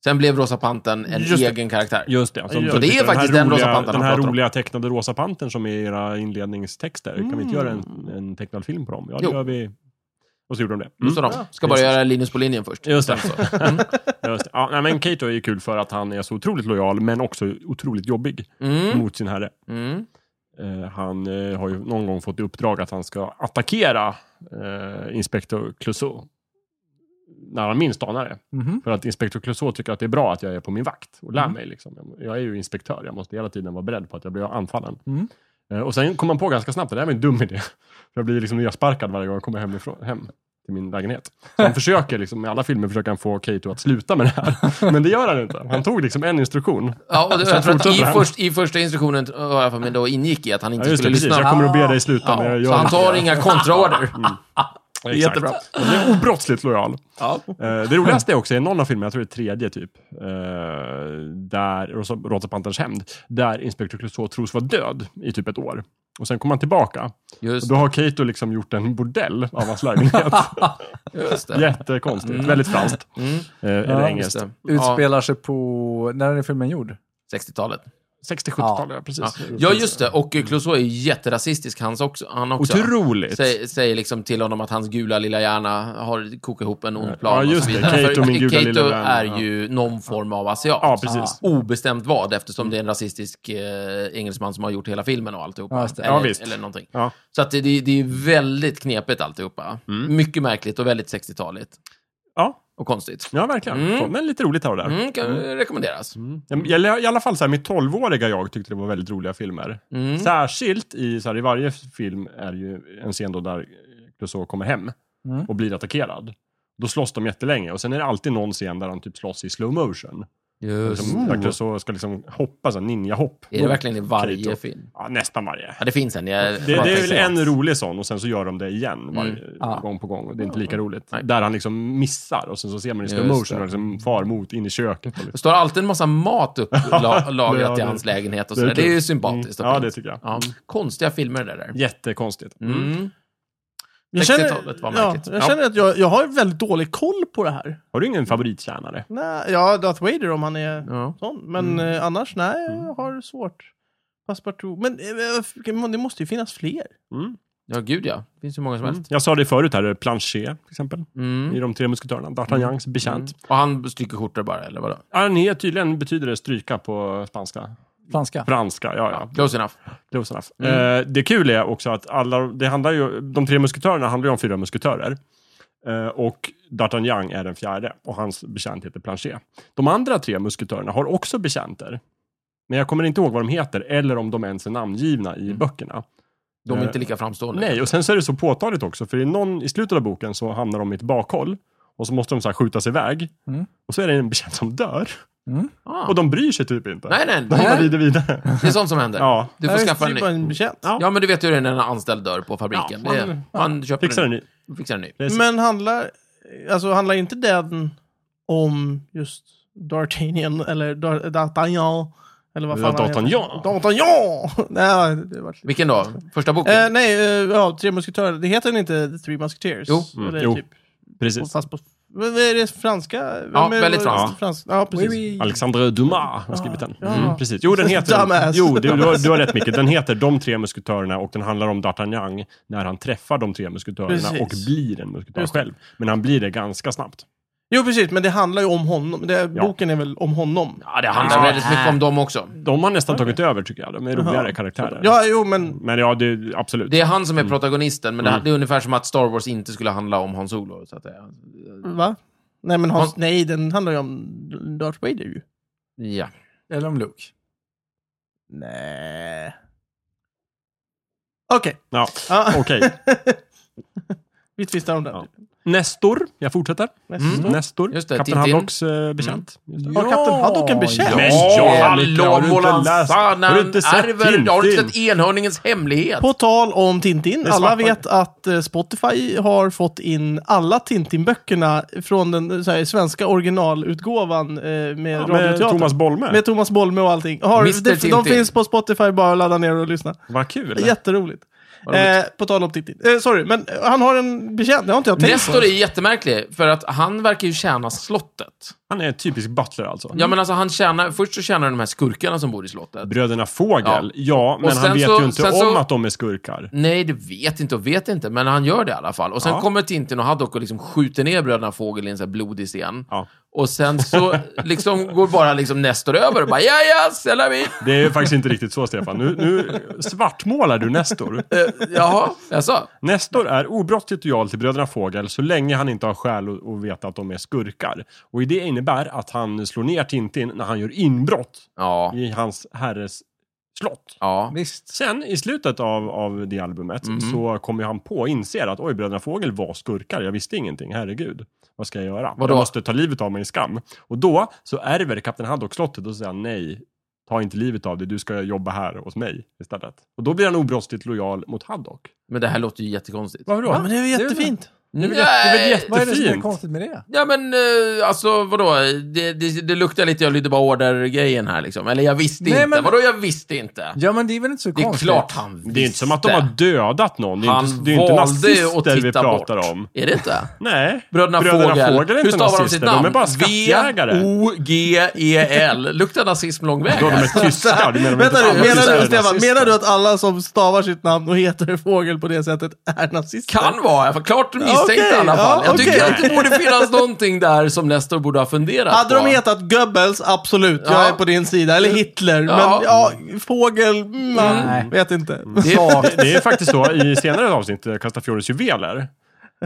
Sen blev Rosa Pantern en Just det. Mm. egen karaktär. Just det. Ja, det är här faktiskt den Rosa roliga- Pantern Den han här pratar om. roliga tecknade Rosa Pantern som är era inledningstexter. Kan vi inte göra en, en tecknad film på dem? Ja, det Mm. Jo. gör vi. Och så gjorde de det. Mm. Just det, de. Ska bara göra Linus på linjen först. Just det. Sen så. Mm. Just det. Ja, nej, men Kato är ju kul för att han är så otroligt lojal, men också otroligt jobbig Mm, mot sin herre. mm. Eh, han eh, har ju någon gång fått i uppdrag att han ska attackera eh, inspektör Clouseau. När han minst anar det. Mhm. För att inspektör Clouseau tycker att det är bra att jag är på min vakt och lär Mhm. mig. Liksom. Jag är ju inspektör, jag måste hela tiden vara beredd på att jag blir anfallen. Mm. Mhm. Eh, Och sen kom man på ganska snabbt att det här var en dum idé. För jag blir liksom nersparkad varje gång jag kommer hemifrån, hem till min lägenhet. Så han försöker, liksom, i alla filmer försöker han få Kato att sluta med det här. Men det gör han inte. Han tog liksom en instruktion. Ja, och det, jag tror att fortsätter i, han. först, I första instruktionen eh, har jag för mig då ingick i att han Ja, inte just det, skulle precis. lyssna. Jag kommer att be dig sluta, men Ja, jag så gör han inte tar det. inga kontraorder. Det är jättebra. Han är obrottsligt lojal. Ja. Eh, det roligaste är också i någon av filmerna, jag tror det är tredje typ, eh, där Rosa- Råttapantens hämnd, där inspektör Clouseau tros vara död i typ ett år. Och sen kommer han tillbaka. Och Just, då har Kato liksom gjort en bordell av hans lägenhet. just det. Jättekonstigt. Väldigt franskt. Mm. Eh, eller Ja, Just engelskt. det. Ja, Utspelar sig på... När är filmen gjord? 60-talet. 60-70-talet, ja. Ja. precis. ja, just det. Och eh, Clouseau är ju jätterasistisk, hans också, han också. Otroligt. Säger, säger liksom till honom att hans gula lilla hjärna har kokat ihop en ond plan. Ja, just och så det. vidare. Kato, För min gula lilla Kato vän. är ju någon form av asiat. Ja, precis. Obestämt vad, eftersom det är en rasistisk eh, engelsman som har gjort hela filmen och alltihopa. Ja, just det. Eller, Ja, visst. eller någonting. Ja. Så att det, det, det är väldigt knepigt alltihopa. Mm. Mycket märkligt och väldigt 60-taligt. Ja. Och konstigt. Ja, verkligen. Mm. Så, Men lite roligt här och där. Mm, kan rekommenderas. Jag, jag, I alla fall så här, mitt 12-åriga jag tyckte det var väldigt roliga filmer. Mm. Särskilt i, så här, i varje film är ju en scen då där Clouseau kommer hem Mm. och blir attackerad. Då slåss de jättelänge och sen är det alltid någon scen där han typ slåss i slow motion. Just. Som, där Clouseau ska liksom hoppa, så här, ninja-hopp. Mm. Är det verkligen i varje Kato. film? Ja, nästan varje. Ja, det finns en. Jag, Det, jag det är tänkte- väl en rolig sån och sen så gör de det igen varje, Ja. gång på gång. Och det är inte lika roligt. Mm. Nej. Där han liksom missar och sen så ser man i slow Just motion det. och liksom far mot in i köket. Och liksom. Det står alltid en massa mat Ja, upplagrat i det- hans lägenhet och det är sådär. Det är ju kul. sympatiskt. Mm. Ja, det tycker jag. Ja, konstiga filmer det där. Jättekonstigt. Mm. Jag 60-talet var ja, märkligt. jag känner att jag, jag har väldigt dålig koll på det här. Har du ingen favorittjänare? Nej, ja, Darth Vader om han är Ja. sån. Men Mm. eh, annars, nej, jag har svårt. Passepartout. Men eh, det måste ju finnas fler. ja, gud ja. Det finns hur många som Mm. helst. Jag sa det förut här, Planchet till exempel. Mm. I De tre musketörerna. D'Artagnans betjänt. Mm. Och han stryker skjortor bara, eller vadå? Arné tydligen betyder det stryka på spanska. Franska? Franska, ja ja. Close enough. Close enough. Mm. Eh, det kul är också att alla, det handlar ju, de tre musketörerna handlar ju om fyra musketörer. Eh, och D'Artagnan är den fjärde och hans betjänt heter Planchet. De andra tre musketörerna har också betjänter. Men jag kommer inte ihåg vad de heter eller om de ens är namngivna i Mm. böckerna. De är Eh, inte lika framstående. Nej, och sen så är det så påtagligt också, för i, någon, i slutet av boken så hamnar de i ett bakhåll och så måste de så här skjutas iväg. Mm. Och så är det en betjänt som dör. Ah. Och de bryr sig typ inte. nej, nej, De bara nej. rider vidare. Det är sånt som händer. Ja, Du får Nej, skaffa en typ ny. bara en betjänt. Ja. Ja, men du vet ju hur det är när en anställd dör på fabriken. Ja, det man- är, man köper fixar en ny. ny. Fixar en ny. Det är så- Men handlar, alltså, handlar inte den om just D'Artagnan eller Dar- D'Artagnan? Eller vad fan Ja, han heter? D'Artagnan. D'Artagnan! nej, det var lite... Vilken då? Första boken? Eh, nej, eh, ja, Tre Musketörer. Det heter den inte The Three Musketeers? Jo. Mm, Eller jo. Typ, Precis. fast på, vad vad är det franska? Ja, Men- väldigt vad- franskt. Ja, precis. Alexandre Dumas har skrivit den. ja. Mm, precis. Jo, den heter... Dumbass. Jo, du, du, har, du har rätt Micke. Den heter De tre musketörerna och den handlar om D'Artagnan när han träffar de tre musketörerna Precis. och blir en musketör Just det. själv. Men han blir det ganska snabbt. Jo, precis. Men det handlar ju om honom. Det, Boken är väl om honom? Ja, det handlar väldigt mycket om dem också. De har nästan tagit över tycker jag. De är roligare karaktärer. Ja, jo, men... Men ja, det, absolut. Det är han som Mm. är protagonisten, men det, det är ungefär som att Star Wars inte skulle handla om Han Solo. Så att säga. Va? Nej, men Hans, Hans- nej, den handlar ju om Darth Vader ju. Ja. Eller om Luke? Nej. Okej. Ja, Ja. okej. Vi tvistar om den. Ja. Mm. Nestor, jag fortsätter. Nästa. Nestor, Mm. Just det, Kapten Tintin. Mm. Haddocks eh, betjänt. Just det. Har Kapten Haddock en betjänt? Men Åh, ja, Micke, hallå, har du Molan inte läst? Sanan Har du inte sett ärver. Har du inte Tintin? sett enhörningens hemlighet? På tal om Tintin, Det är alla svart- vet att eh, Spotify har fått in alla Tintin-böckerna från den eh, så här, svenska originalutgåvan eh, med Ja, Med radioteatern. Thomas Bolme. Med Thomas Bolme och allting. Har, Mr. de, de Tintin. finns på Spotify, bara ladda ner och lyssna. Vad kul. Jätteroligt. Vad Eh, roligt. på tal om Tintin. Eh, sorry, men eh, han har en betjänt, det har inte jag tänkt Nestor på. är jättemärklig, för att han verkar ju tjäna slottet. Han är typisk butler alltså. Ja, men alltså han tjänar... Först så tjänar de här skurkarna som bor i slottet. Bröderna Fågel, ja, men sen han vet så- ju inte sen om så- att de är skurkar. Nej, det vet inte och vet inte, men han gör det i alla fall. Och sen Ja. kommer Tintin och Haddock och liksom skjuter ner bröderna Fågel i en sån här blodig scen. Ja. Och sen så liksom går bara liksom Nestor över och bara ja, ja, Eh, c'est la vie." Det är ju faktiskt inte riktigt så, Stefan. Nu, nu svartmålar du Nestor. Eh, Jaha, jaså? Nestor är obrottsligt lojal till Bröderna Fågel så länge han inte har skäl att, att veta att de är skurkar. Och det innebär att han slår ner Tintin när han gör inbrott Ja. i hans herres slott. Ja. Visst. Sen i slutet av, av det albumet Mhm. så kommer ju han på och inser att oj, Bröderna Fågel var skurkar. Jag visste ingenting. Herregud. Vad ska jag göra? Vadå? Jag måste ta livet av mig i skam. Och då så ärver Kapten Haddock slottet och säger han, nej. Ta inte livet av dig. Du ska jobba här hos mig istället. Och då blir han obrottsligt lojal mot Haddock. Men det här låter ju jättekonstigt. Varför då? Ja, men det är ju Det är väl- jättefint. Det är väl, jätte, det är väl Nej. jättefint? Vad är det som är konstigt med det? Ja, men eh, alltså vadå? Det, det, det luktar lite, jag lydde bara order-grejen här liksom. Eller jag visste Nej, inte. men- Vadå, jag visste inte? Ja, men det är väl inte så det är konstigt? klart han visste. Det är inte som att de har dödat någon. Det är Han inte, det är inte valde att nazister titta vi pratar bort. om. Är det inte? Nej. Bröderna, Fågel. Fågel. är Hur inte stavar de nazister. sitt namn? De är bara skattjägare. V-O-G-E-L. Luktar nazism lång väg? Då de här. är tyskar. Du menar väl Vänta inte nu, att menar det alla tyskar är du, Stefan, nazister? menar du att alla som stavar sitt namn och heter fågel på det sättet är nazister? Kan vara, jag klart misstänkte Okej, i alla fall. ja, jag tycker okej. att det borde finnas någonting där som Nestor borde ha funderat Hade på. de hetat Goebbels, absolut, Alltså. Ja. jag är på din sida. Eller Hitler, Ja. men ja, fågel, mm, Nej. man vet inte. Mm. Sak. Det är faktiskt så i senare avsnitt, eh, Castafiores juveler.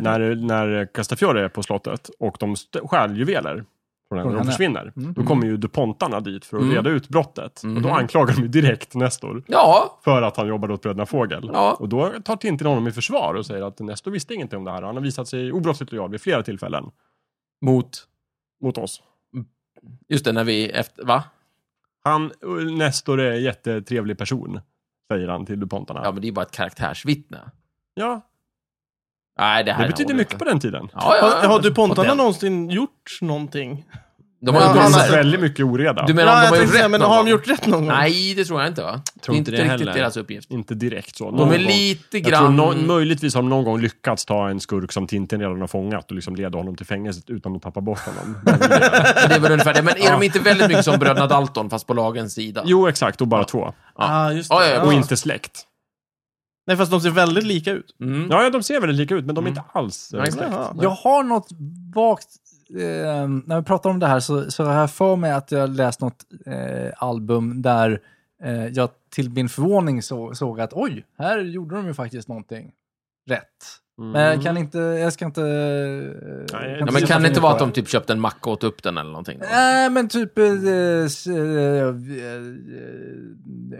När, när Castafiore är på slottet och de st- stjäl juveler. från henne, Mm. De henne. försvinner. Då kommer ju DuPontarna dit för att Mm. reda ut brottet. Och då Mhm. anklagar de ju direkt Nestor. Ja, För att han jobbade åt Bröderna Fågel. Ja. Och då tar Tintin honom i försvar och säger att Nestor visste ingenting om det här. Han har visat sig obrottsligt lojal vid flera tillfällen. mot... Mot oss. Just det, när vi efter... Va? Han, eh, Nestor är en jättetrevlig person. Säger han till DuPontarna. Ja, Ja, men det är bara ett karaktärsvittne. Nej, det här det betydde håller mycket inte. på den tiden. Ja, ja, Har, ja. har DuPontarna Potent. någonsin gjort någonting? De har Ja, han gjort Det har- finns reser. väldigt mycket oreda. Du menar Ja, om jag de har gjort tänkte säga, rätt men någon har de gång? gjort rätt någon gång? Nej, det tror jag inte, va? Tror det är inte inte det riktigt heller. deras uppgift. Inte direkt så. De Någon är gång- lite Jag tror grann... någon, möjligtvis har de någon gång lyckats ta en skurk som Tintin redan har fångat och liksom leda honom till fängelset utan att tappa bort honom. eh, det är väl ungefär det. Men är de inte väldigt mycket som bröderna Dalton, fast på lagens sida? jo, exakt. Och bara två. Ah, just det. Ja, ja, ja. Och inte släkt. Nej, fast de ser väldigt lika ut. Mm. Ja, ja, de ser väldigt lika ut, men de är Mm. inte alls... eh, Nej, släkt. Jaha. Jag har något vagt... Eh, när vi pratar om det här så, så har jag för mig att jag läst något eh, album där eh, jag till min förvåning så, såg att oj, här gjorde de ju faktiskt någonting rätt. Mm. Men jag kan inte... Jag ska inte... eh, kan Ja, Ja, men men kan sätta det inte fingret vara på att de typ köpte en macka och åt upp den eller någonting? då? Nej, men typ eh, s- eh, eh,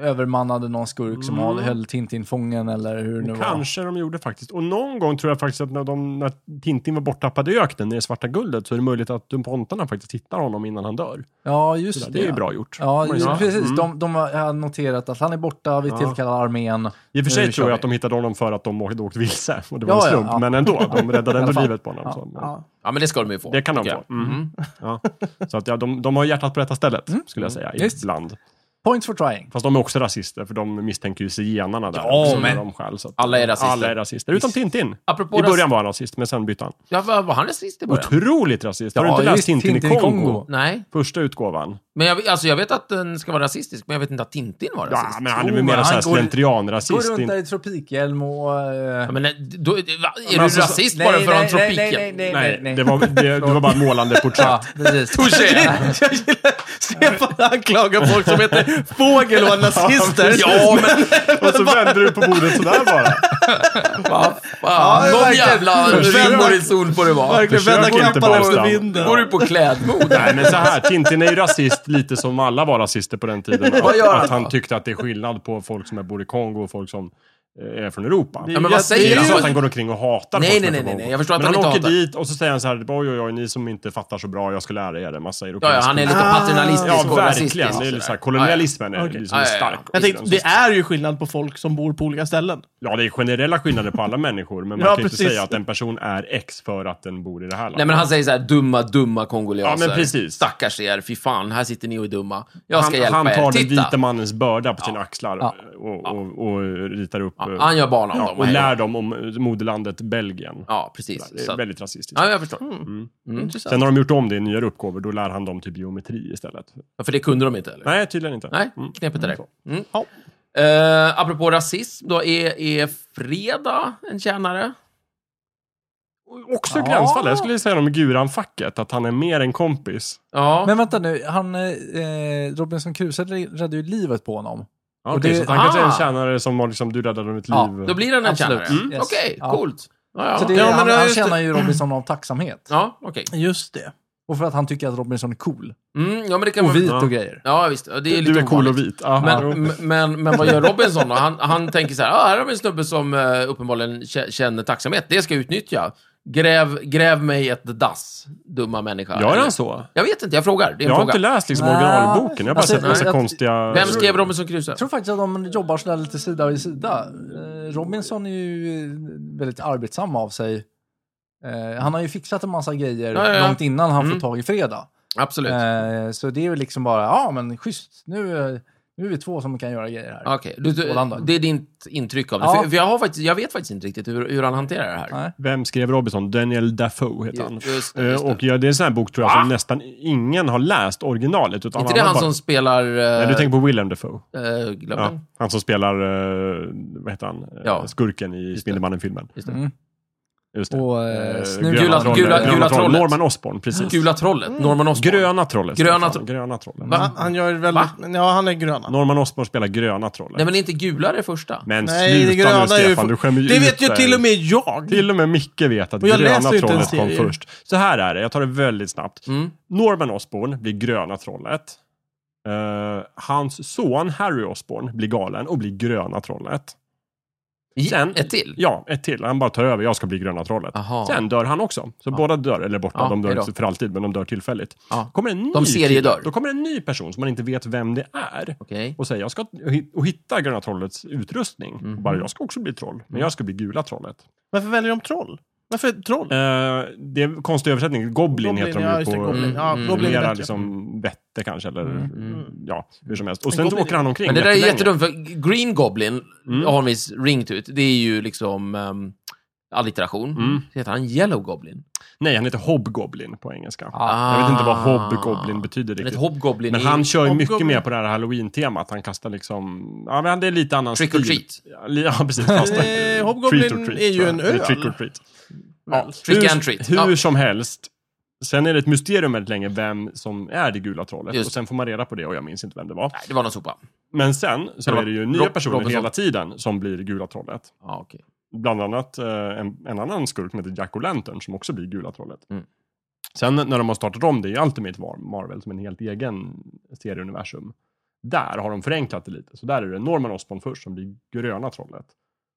övermannade någon skurk som Mm. höll- höll Tintin fången eller hur det nu var. Kanske de gjorde faktiskt. Och någon gång tror jag faktiskt att när, de, när Tintin var borttappad i öknen i det svarta guldet så är det möjligt att Dumpontarna faktiskt hittar honom innan han dör. Ja, Så där, just det. det är ju bra gjort. Ja, Får man ju, ju säga. precis. Mm. De, de har noterat att han är borta, vi Ja. tillkallar armén. I och för sig Nu tror kör jag vi. att de hittade honom för att de åkte åkt vilse. Och det var Ja, en ja, slump, ja. men ändå. De räddade alla ändå fall. livet på honom. Ja, så. Ja. Ja, men det ska de ju få. Det kan de tycker jag. få. Mm. Mm. Ja. Så att, ja, de, de har hjärtat på rätta stället, skulle jag säga, Visst. ibland. Points for trying. Fast de är också rasister, för de misstänker ju zigenarna där. Ja, också när men- de skäl, så att, alla är rasister. Alla är rasister, utom Tintin. Apropå I början ras- var han rasist, men sen bytte han. Ja, var, var han rasist i början? Otroligt rasist. Har du Ja, inte läst visst, Tintin, Tintin i i Kongo? Kongo. Nej, Första utgåvan. men jag, alltså, jag vet att den ska vara rasistisk, men jag vet inte att Tintin var Ja, rasist. men han är Jo, väl men mer han såhär går- Går slentrianrasist. runt inte- där i tropikhjälm och... eh, Ja, men, nej, då, va, är alltså, du rasist nej, bara för att ha en nej, tropik? Nej, nej, nej, nej, Nej, nej. det var, det, det var bara ett målande porträtt. Ja, precis. Touché! Jag gillar Stefan anklagar folk som heter fågel och är nazister. Ja, men Och så vänder du på bordet sådär bara. vad det fan. är Någon verkligen- jävla Försök. regnbågsol får det vara. Verkligen, Försök vända inte kappan efter Barstam. Nu vinden. går du på klädmode. Nej, men så här. Tintin är ju rasist lite som alla var rasister på den tiden. Vad gör Att, han att han då? tyckte att det är skillnad på folk som är bor i Kongo och folk som eh, är från Europa. Det- Ja, Jag- men vad Det är säger ju så att han han? går omkring och hatar Nej, folk som nej, är nej, från nej, Kongo. nej. Jag förstår att han Men han inte åker hatar. dit och så säger han så här, oj, oj, oj, ni som inte fattar så bra, jag ska lära er en massa Ja, europeiska... ja, han är lite Ah. paternalistisk Ja, och rasistisk. verkligen. Det är och lite så sådär. här, kolonialismen är Okej. liksom Ja, ja, ja. stark. Jag tänkte, det är ju skillnad på folk som bor på olika ställen. Ja, det är generella skillnader på alla människor, men man Ja, kan ju inte precis. säga att en person är X för att den bor i det här landet. Nej, men han säger så här, dumma, dumma kongoliaser. Ja, men precis. Stackars er, fy fan, här sitter ni och är dumma. Jag ska han, hjälpa han er. tar den Titta! vita mannens börda på sina axlar Ja. Och, och, och ritar upp... Ja, eh, han gör barn av Ja, dem. och här. lär dem om eh, moderlandet Belgien. Ja, Det precis. Så är att, väldigt rasistiskt. ja, jag förstår. Mm, intressant. Sen har de gjort om det i nyare uppgåvor, då lär han dem typ geometri istället. Ja, för det kunde de inte, eller? Nej, tydligen inte. Nej, Mm. knepet är det. Mm. Ja. Eh, apropå rasism, då är, är Freda en tjänare? Också Ja. gränsfall. Jag skulle säga om Guran-facket, att han är mer en kompis. Ja. Men vänta nu, han, eh, Robinson Crusoe räddade ju livet på honom. Ja, Och okej, det- Så att han kanske är en Ah. tjänare som var liksom, du räddade dem ett Ja, liv. Då blir den en tjänare? Absolut. Mm. Yes. Okej, Ja. coolt. Ja, Så ja. det, Ja, men han, det är han just tjänar ju Robinson av tacksamhet. ja okej. Just det. Och för att han tycker att Robinson är cool. Mm, ja, men det kan Och man... vit Ja. och grejer. Ja, visst. Ja, Det är lite du är cool ovanligt. och vit. Ja, Men, jo. m- men, men vad gör Robinson då? Han, han tänker så här, ah, här har vi en snubbe som eh, uppenbarligen k- känner tacksamhet. Det ska jag utnyttja. Gräv, gräv mig ett dass, dumma människa. Gör Eller- han så? Jag vet inte, jag frågar. Det är Jag en har fråga. inte läst liksom Nej. originalboken. Jag har bara Alltså, sett massa jag- konstiga... Vem skrev Robinson Crusoe? Jag tror faktiskt att de jobbar sådär lite sida vid sida. Eh, Robinson är ju eh, väldigt arbetsam av sig. Eh, han har ju fixat en massa grejer Ja, ja, ja. långt innan han Mm. får tag i fredag. Absolut. Eh, så det är ju liksom bara, ja men schysst, nu, eh, nu är vi två som kan göra grejer här. Okej, du- du- Ålanda. det är ditt intryck av det. Ja. För, för jag, har faktiskt, jag vet faktiskt inte riktigt hur, hur han hanterar det här. Nej. Vem skrev Robinson? Daniel Dafoe heter han. Just, just, Eh, just det. Och ja, det är en sån här bok tror jag som nästan ingen har läst originalet. Utan inte det alla han bara- som spelar... eh, Nej, Uh, du tänker på Willem Dafoe. glöm Ja, det. han som spelar, eh, vad heter han, Eh, Ja. skurken i det. Spindelmannen-filmen. Just det. Mm. Just det. Och Eh, eh, snut, Gula- trollet. gula- Gröna gula trollet. trollet. Norman Osborn, precis. Gula trollet, Mm. Norman Osborn. Gröna trollet. Gröna Fan, tro- gröna trollet. Va? Han, han gör väldigt... Ja, han är gröna. Norman Osborn spelar gröna trollet. Nej, men inte gula det första. men Nej, det sluta gröna nu är ju... Stefan, du skämmer ju det ut vet ju dig. till och med jag! Till och med Micke vet att Och jag gröna läser ju inte trollet en kom serie. först. Så här är det, jag tar det väldigt snabbt. Mm. Norman Osborn blir gröna trollet. Eh, hans son Harry Osborn blir galen och blir gröna trollet. Sen- Ett till? Ja, ett till. Han bara tar över, jag ska bli gröna trollet. Ah. Aha. Sen dör han också. Så båda dör, eller borta, Ja, de dör hejdå. inte för alltid, men de dör tillfälligt. Ah. Ja. Kommer en ny De seriedör. kille- Då kommer en ny person som man inte vet vem det är Okej. och säger jag ska hit- och hitta gröna trollets utrustning. Mhm. Bara, jag ska också bli troll, Mm. men jag ska bli gula trollet. Varför väljer de troll? Varför troll? Eh, det är en konstig översättning. Goblin, heter de ja, ju just det, på... Goblin. Ja, Mm, Goblin är mera bättre. liksom vette kanske, eller Mm. ja, hur som helst. Och Men sen Goblin- åker han omkring Men det där är jättelänge. jättedumt, för Green Goblin Mm. har en viss ringtut. Det är ju liksom um, allitteration. Mm. Heter han Yellow Goblin? Nej, han heter Hobgoblin på engelska. Ah. Jag vet inte vad Hobgoblin betyder Men ett riktigt. Hobgoblin Men är han kör ju mycket Hobgoblin. mer på det här halloween-temat. Han kastar liksom... Ja, men det är lite annan Trick or stil. treat. Ja, li- Ja, precis. Fast Eh, Hobgoblin treat or treat, är ju tror jag. en Eller öl. Trick or treat. Ja, trick and treat. Hur Ja. som helst. Sen är det ett mysterium väldigt länge vem som är det gula trollet. Just. Och sen får man reda på det och jag minns inte vem det var. Nej, det var någon sopa. Men sen så Eller är det ju vad? nya Rob- personer Robinson. hela tiden som blir gula trollet. Ja, Ah, okej. Bland annat eh, en, en annan skurk som heter Jack O'Lantern som också blir gula trollet. Mm. Sen när de har startat om det i Ultimate War- Marvel som en helt egen serieuniversum. Där har de förenklat det lite. Så där är det Norman Osborn först som blir gröna trollet.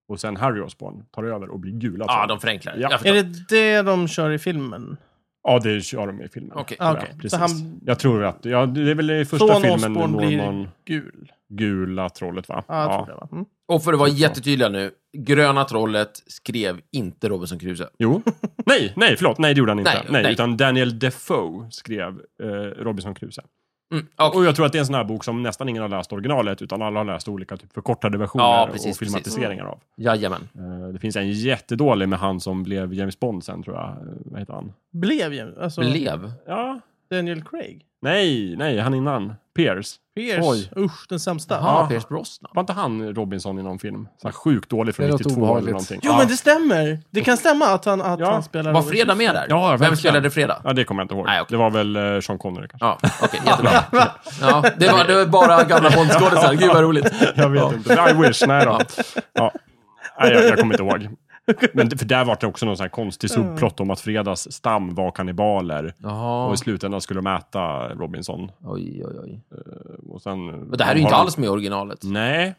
Och sen Harry Osborn tar över och blir gula Ah, Ja, trollet. Ah, de förenklar. Ja. Jag Är förstår. det det de kör i filmen? Ja, det kör de i filmen. Okej. tror jag. Ah, okej. Så Precis. han- Jag tror att, ja, det är väl i första Från filmen Osborn Norman blir gul. gula trollet va? Ja, jag tror det va? Mm. Och för att vara jättetydliga nu, Gröna Trollet skrev inte Robinson Crusoe. Jo. Nej, nej, förlåt. Nej, det gjorde han inte. Nej, Nej, nej. Utan Daniel Defoe skrev eh, Robinson Crusoe. Mm, okej. Och jag tror att det är en sån här bok som nästan ingen har läst originalet, utan alla har läst olika typ, förkortade versioner Ja, precis, och filmatiseringar av. Jajamän. Eh, det finns en jättedålig med han som blev James Bond sen, tror jag. Eh, Vad heter han? Blev ju... Alltså, Blev. Ja. Daniel Craig. Nej, nej, han innan. Pierce. Pierce. Oj. Usch, den sämsta. Jaha, Ja. Pierce Brosnan. Var inte han Robinson i någon film? Så här sjukt dålig Det från låter 92 obehagligt. eller någonting. Jo, ja. men det stämmer. Det kan stämma att han, att Ja. han spelar... Var Robert Freda Pattinson. med där? Ja, Vem verkligen. spelade Freda? ja, det kommer jag inte ihåg. Nej, okej. Det var väl eh, Sean Connery kanske? Ja, okej, jättebra. Ja, det, var, det var bara gamla Bondskådisar. Gud vad roligt. Jag vet inte. I wish. Nej då. Ja. Nej, jag, jag kommer inte ihåg. Men det- för där var det också någon sån här konstig subplott om att Fredas stam var kannibaler. Och Jaha, i slutändan skulle de äta Robinson. oj, oj, oj. Och sen, Men det här är ju inte alls med i originalet. Nej.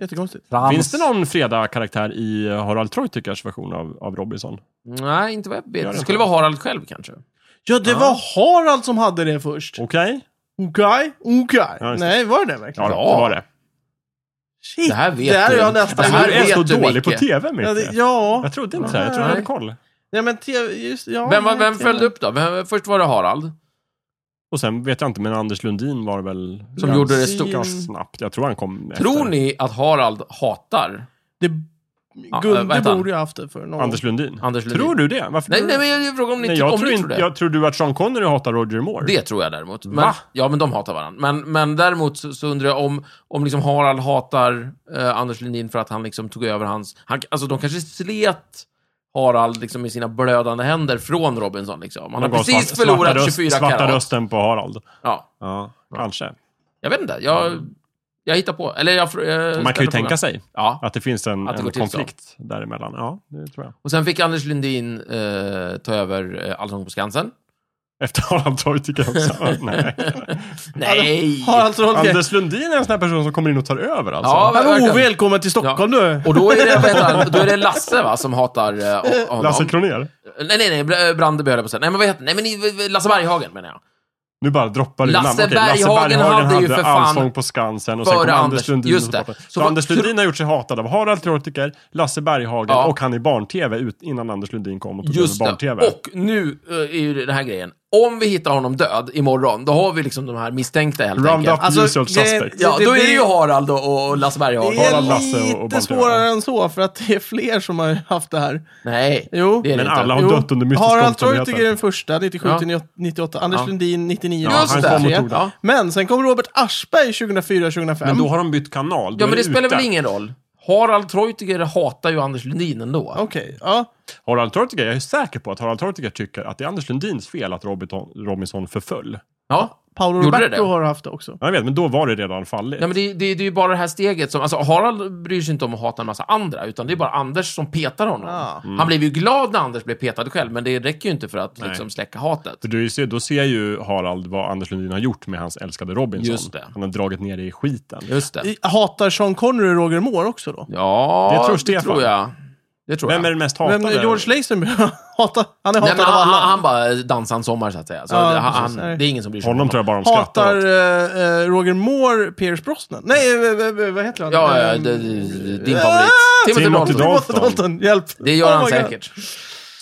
Jättekonstigt. Frans. Finns det någon Freda-karaktär i Harald Treutikers version av, av Robinson? Nej, inte vad jag vet. Gör det Det inte. skulle vara Harald själv kanske. Ja, det var Harald som hade det först. Okej. Okej, okej. Ja, just det. Nej, var det det verkligen? Ja, då, det var det. Shit, Det här vet det här du. har jag nästan... Det här du är så vet du, dålig Micke. på tv, Ja, Micke. det, ja. Jag trodde inte så här. Jag trodde jag hade koll. ja, men tv... Just, ja, Vem, var- nej, vem TV. följde upp då? Vem, först var det Harald. Och sen vet jag inte, men Anders Lundin var väl... Som ganska gjorde det stort. snabbt. Jag tror han kom Tror efter. ni att Harald hatar Det, Ja, eh, vad Gunde heter han? borde ju haft det för någon Anders Lundin? Anders Lundin? Tror du det? Varför Nej, tror nej, du- men jag frågar om ni, Nej, om jag, ni tror tror inte, det. jag tror du att Sean Connery hatar Roger Moore? Det tror jag däremot. Men, Va? Ja, men de hatar varandra. Men, men däremot så, så undrar jag om, om liksom Harald hatar eh, Anders Lindin för att han liksom tog över hans... Han, alltså de kanske slet Harald liksom i sina blödande händer från Robinson. Liksom. Han har Någon gång precis svart- förlorat svarta röst- 24 Svarta karat. rösten på Harald. Ja, Ja, kanske. jag vet inte. Jag, jag hittar på. Eller jag, fr- jag Man kan ju ställer tänka frågan. sig Ja. att det finns en, Att det går en till så. konflikt däremellan. Ja, det tror jag. Och sen fick Anders Lindin eh, ta över eh, Allsång på Skansen. Efter Harald Treutiger också. Nej. Nej! Harald Trollkärr. Anders Lundin är en sån här person som kommer in och tar över alltså. Ja, Hallå, verkligen. välkommen till Stockholm du! Och då är det, vänta, då är det Lasse va, som hatar eh, honom. Lasse Kronér. Nej, nej, nej. Bra- Brandeby höll jag på att säga. Nej, men vad heter Nej, men i- Lasse Berghagen menar jag. Nu bara droppar du Lasse namn. Okej, Berghagen hade ju för fan Allsång på Skansen och sen före kom Anders Anders. Lundin. Just och det. så pratade. Så Så vad- Anders Lundin har gjort sig hatad av Harald Treutiger, Lasse Berghagen Ja. och han i barn-tv ut- innan Anders Lundin kom och tog Just över det. barn-tv. Och nu eh, är ju det den här grejen. Om vi hittar honom död imorgon, då har vi liksom de här misstänkta helt Round enkelt. up Alltså, usual det- suspects. Ja, Det då är det blir- ju Harald och, och Lasse Berghagen. Det Harald, Lasse och- och är lite Bante, svårare ja. än så, för att det är fler som har haft det här. Nej, Jo. det är det Men inte. alla har Jo, dött under mystiska Harald Treutiger är omständigheter. den första, 97 Ja. till 98. Anders Ja. Lundin 99. Ja, Just han det. kom och tog den. ja. Men sen kom Robert Aschberg 2004-2005. Men då har de bytt kanal. Då Mm. ja, är men det spelar ute. väl ingen roll. Harald Treutiger hatar ju Anders Lundin ändå. Okej, ja. Harald Treutiger, jag är säker på att Harald Treutiger tycker att det är Anders Lundins fel att Robinson, Robinson förföll. Ja. Paolo Gjorde det Roberto det? har haft det också. Ja, Jag vet, men då var det redan fallit. Nej, men det, det, det är ju bara det här steget som... Alltså, Harald bryr sig inte om att hata en massa andra, utan det är bara Anders som petar honom. Ah. Han blev ju glad när Anders blev petad själv, men det räcker ju inte för att Nej. liksom, släcka hatet. För du ser, då ser ju Harald vad Anders Lundin har gjort med hans älskade Robinson. Just det. Han har dragit ner det i skiten. Just det. I- Hatar Sean Connery Roger Moore också då? Ja, Det tror det Stefan. tror jag. Det tror jag. Vem är den mest hatade? Vem, George Lazenby? hatar, han är Nej, hatad men av han, alla. han, han bara dansar en sommar, så att säga. Så Ja, det, han, precis. Nej. han, det är ingen som bryr sig om Honom tror jag bara de skrattar hatar åt. eh, eh, Roger Moore Pierce Brosnan? Nej, eh, eh, eh, vad heter han? Ja, ja, Eh, det, det- din Ah! favorit. Timothy Timothy Dalton. Dalton. Timothy Dalton, hjälp! Det gör Oh han my God. säkert.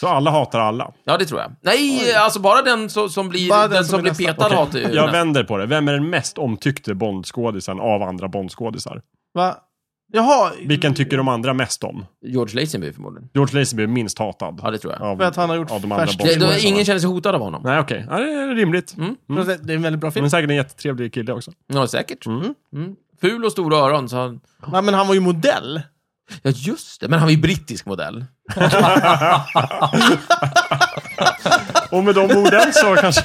Så alla hatar alla. Ja, det tror jag. Nej, alltså bara den som, som blir, Bara den som är blir nästa. petad Okej. hatar ju Jag nästan. vänder på det. Vem är den mest omtyckte Bondskådisen av andra Bondskådisar? Va? Jaha, Mm. Vilken tycker de andra mest om? George Lazenby förmodligen. George Lazenby är minst hatad. Ja, det tror jag. Av, för att han har gjort Mm. av de andra färskt- Det, George då, Bondskådisarna. ingen känner sig hotad av honom. Nej, okej. Ja, det är rimligt. Mm. det det är en väldigt bra film. Men säkert en jättetrevlig kille också. Ja, säkert. Mm. Ful och stora öron, så han... Nej, men han var ju modell. Ja, just det. Men han var ju brittisk modell. Och med de orden så kanske...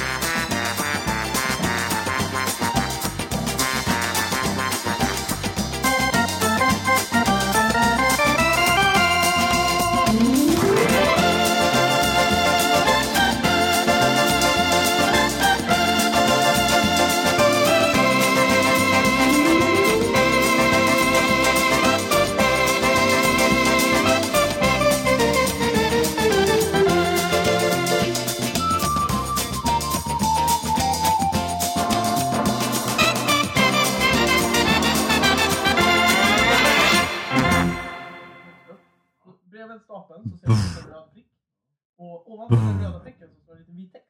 Bredvid stapeln så ser man en röd prick. Och ovanför den röda pricken så står det lite vit text.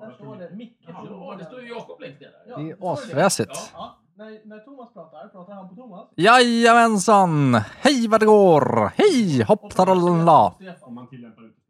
Där står det Micke. ju Jakob längst ner där. Det är asfräsigt. Ja, när, när Thomas pratar, pratar han på Thomas. Jajamensan! Hej vad det går! Hej hopp taralla! Stefan. man tillämpar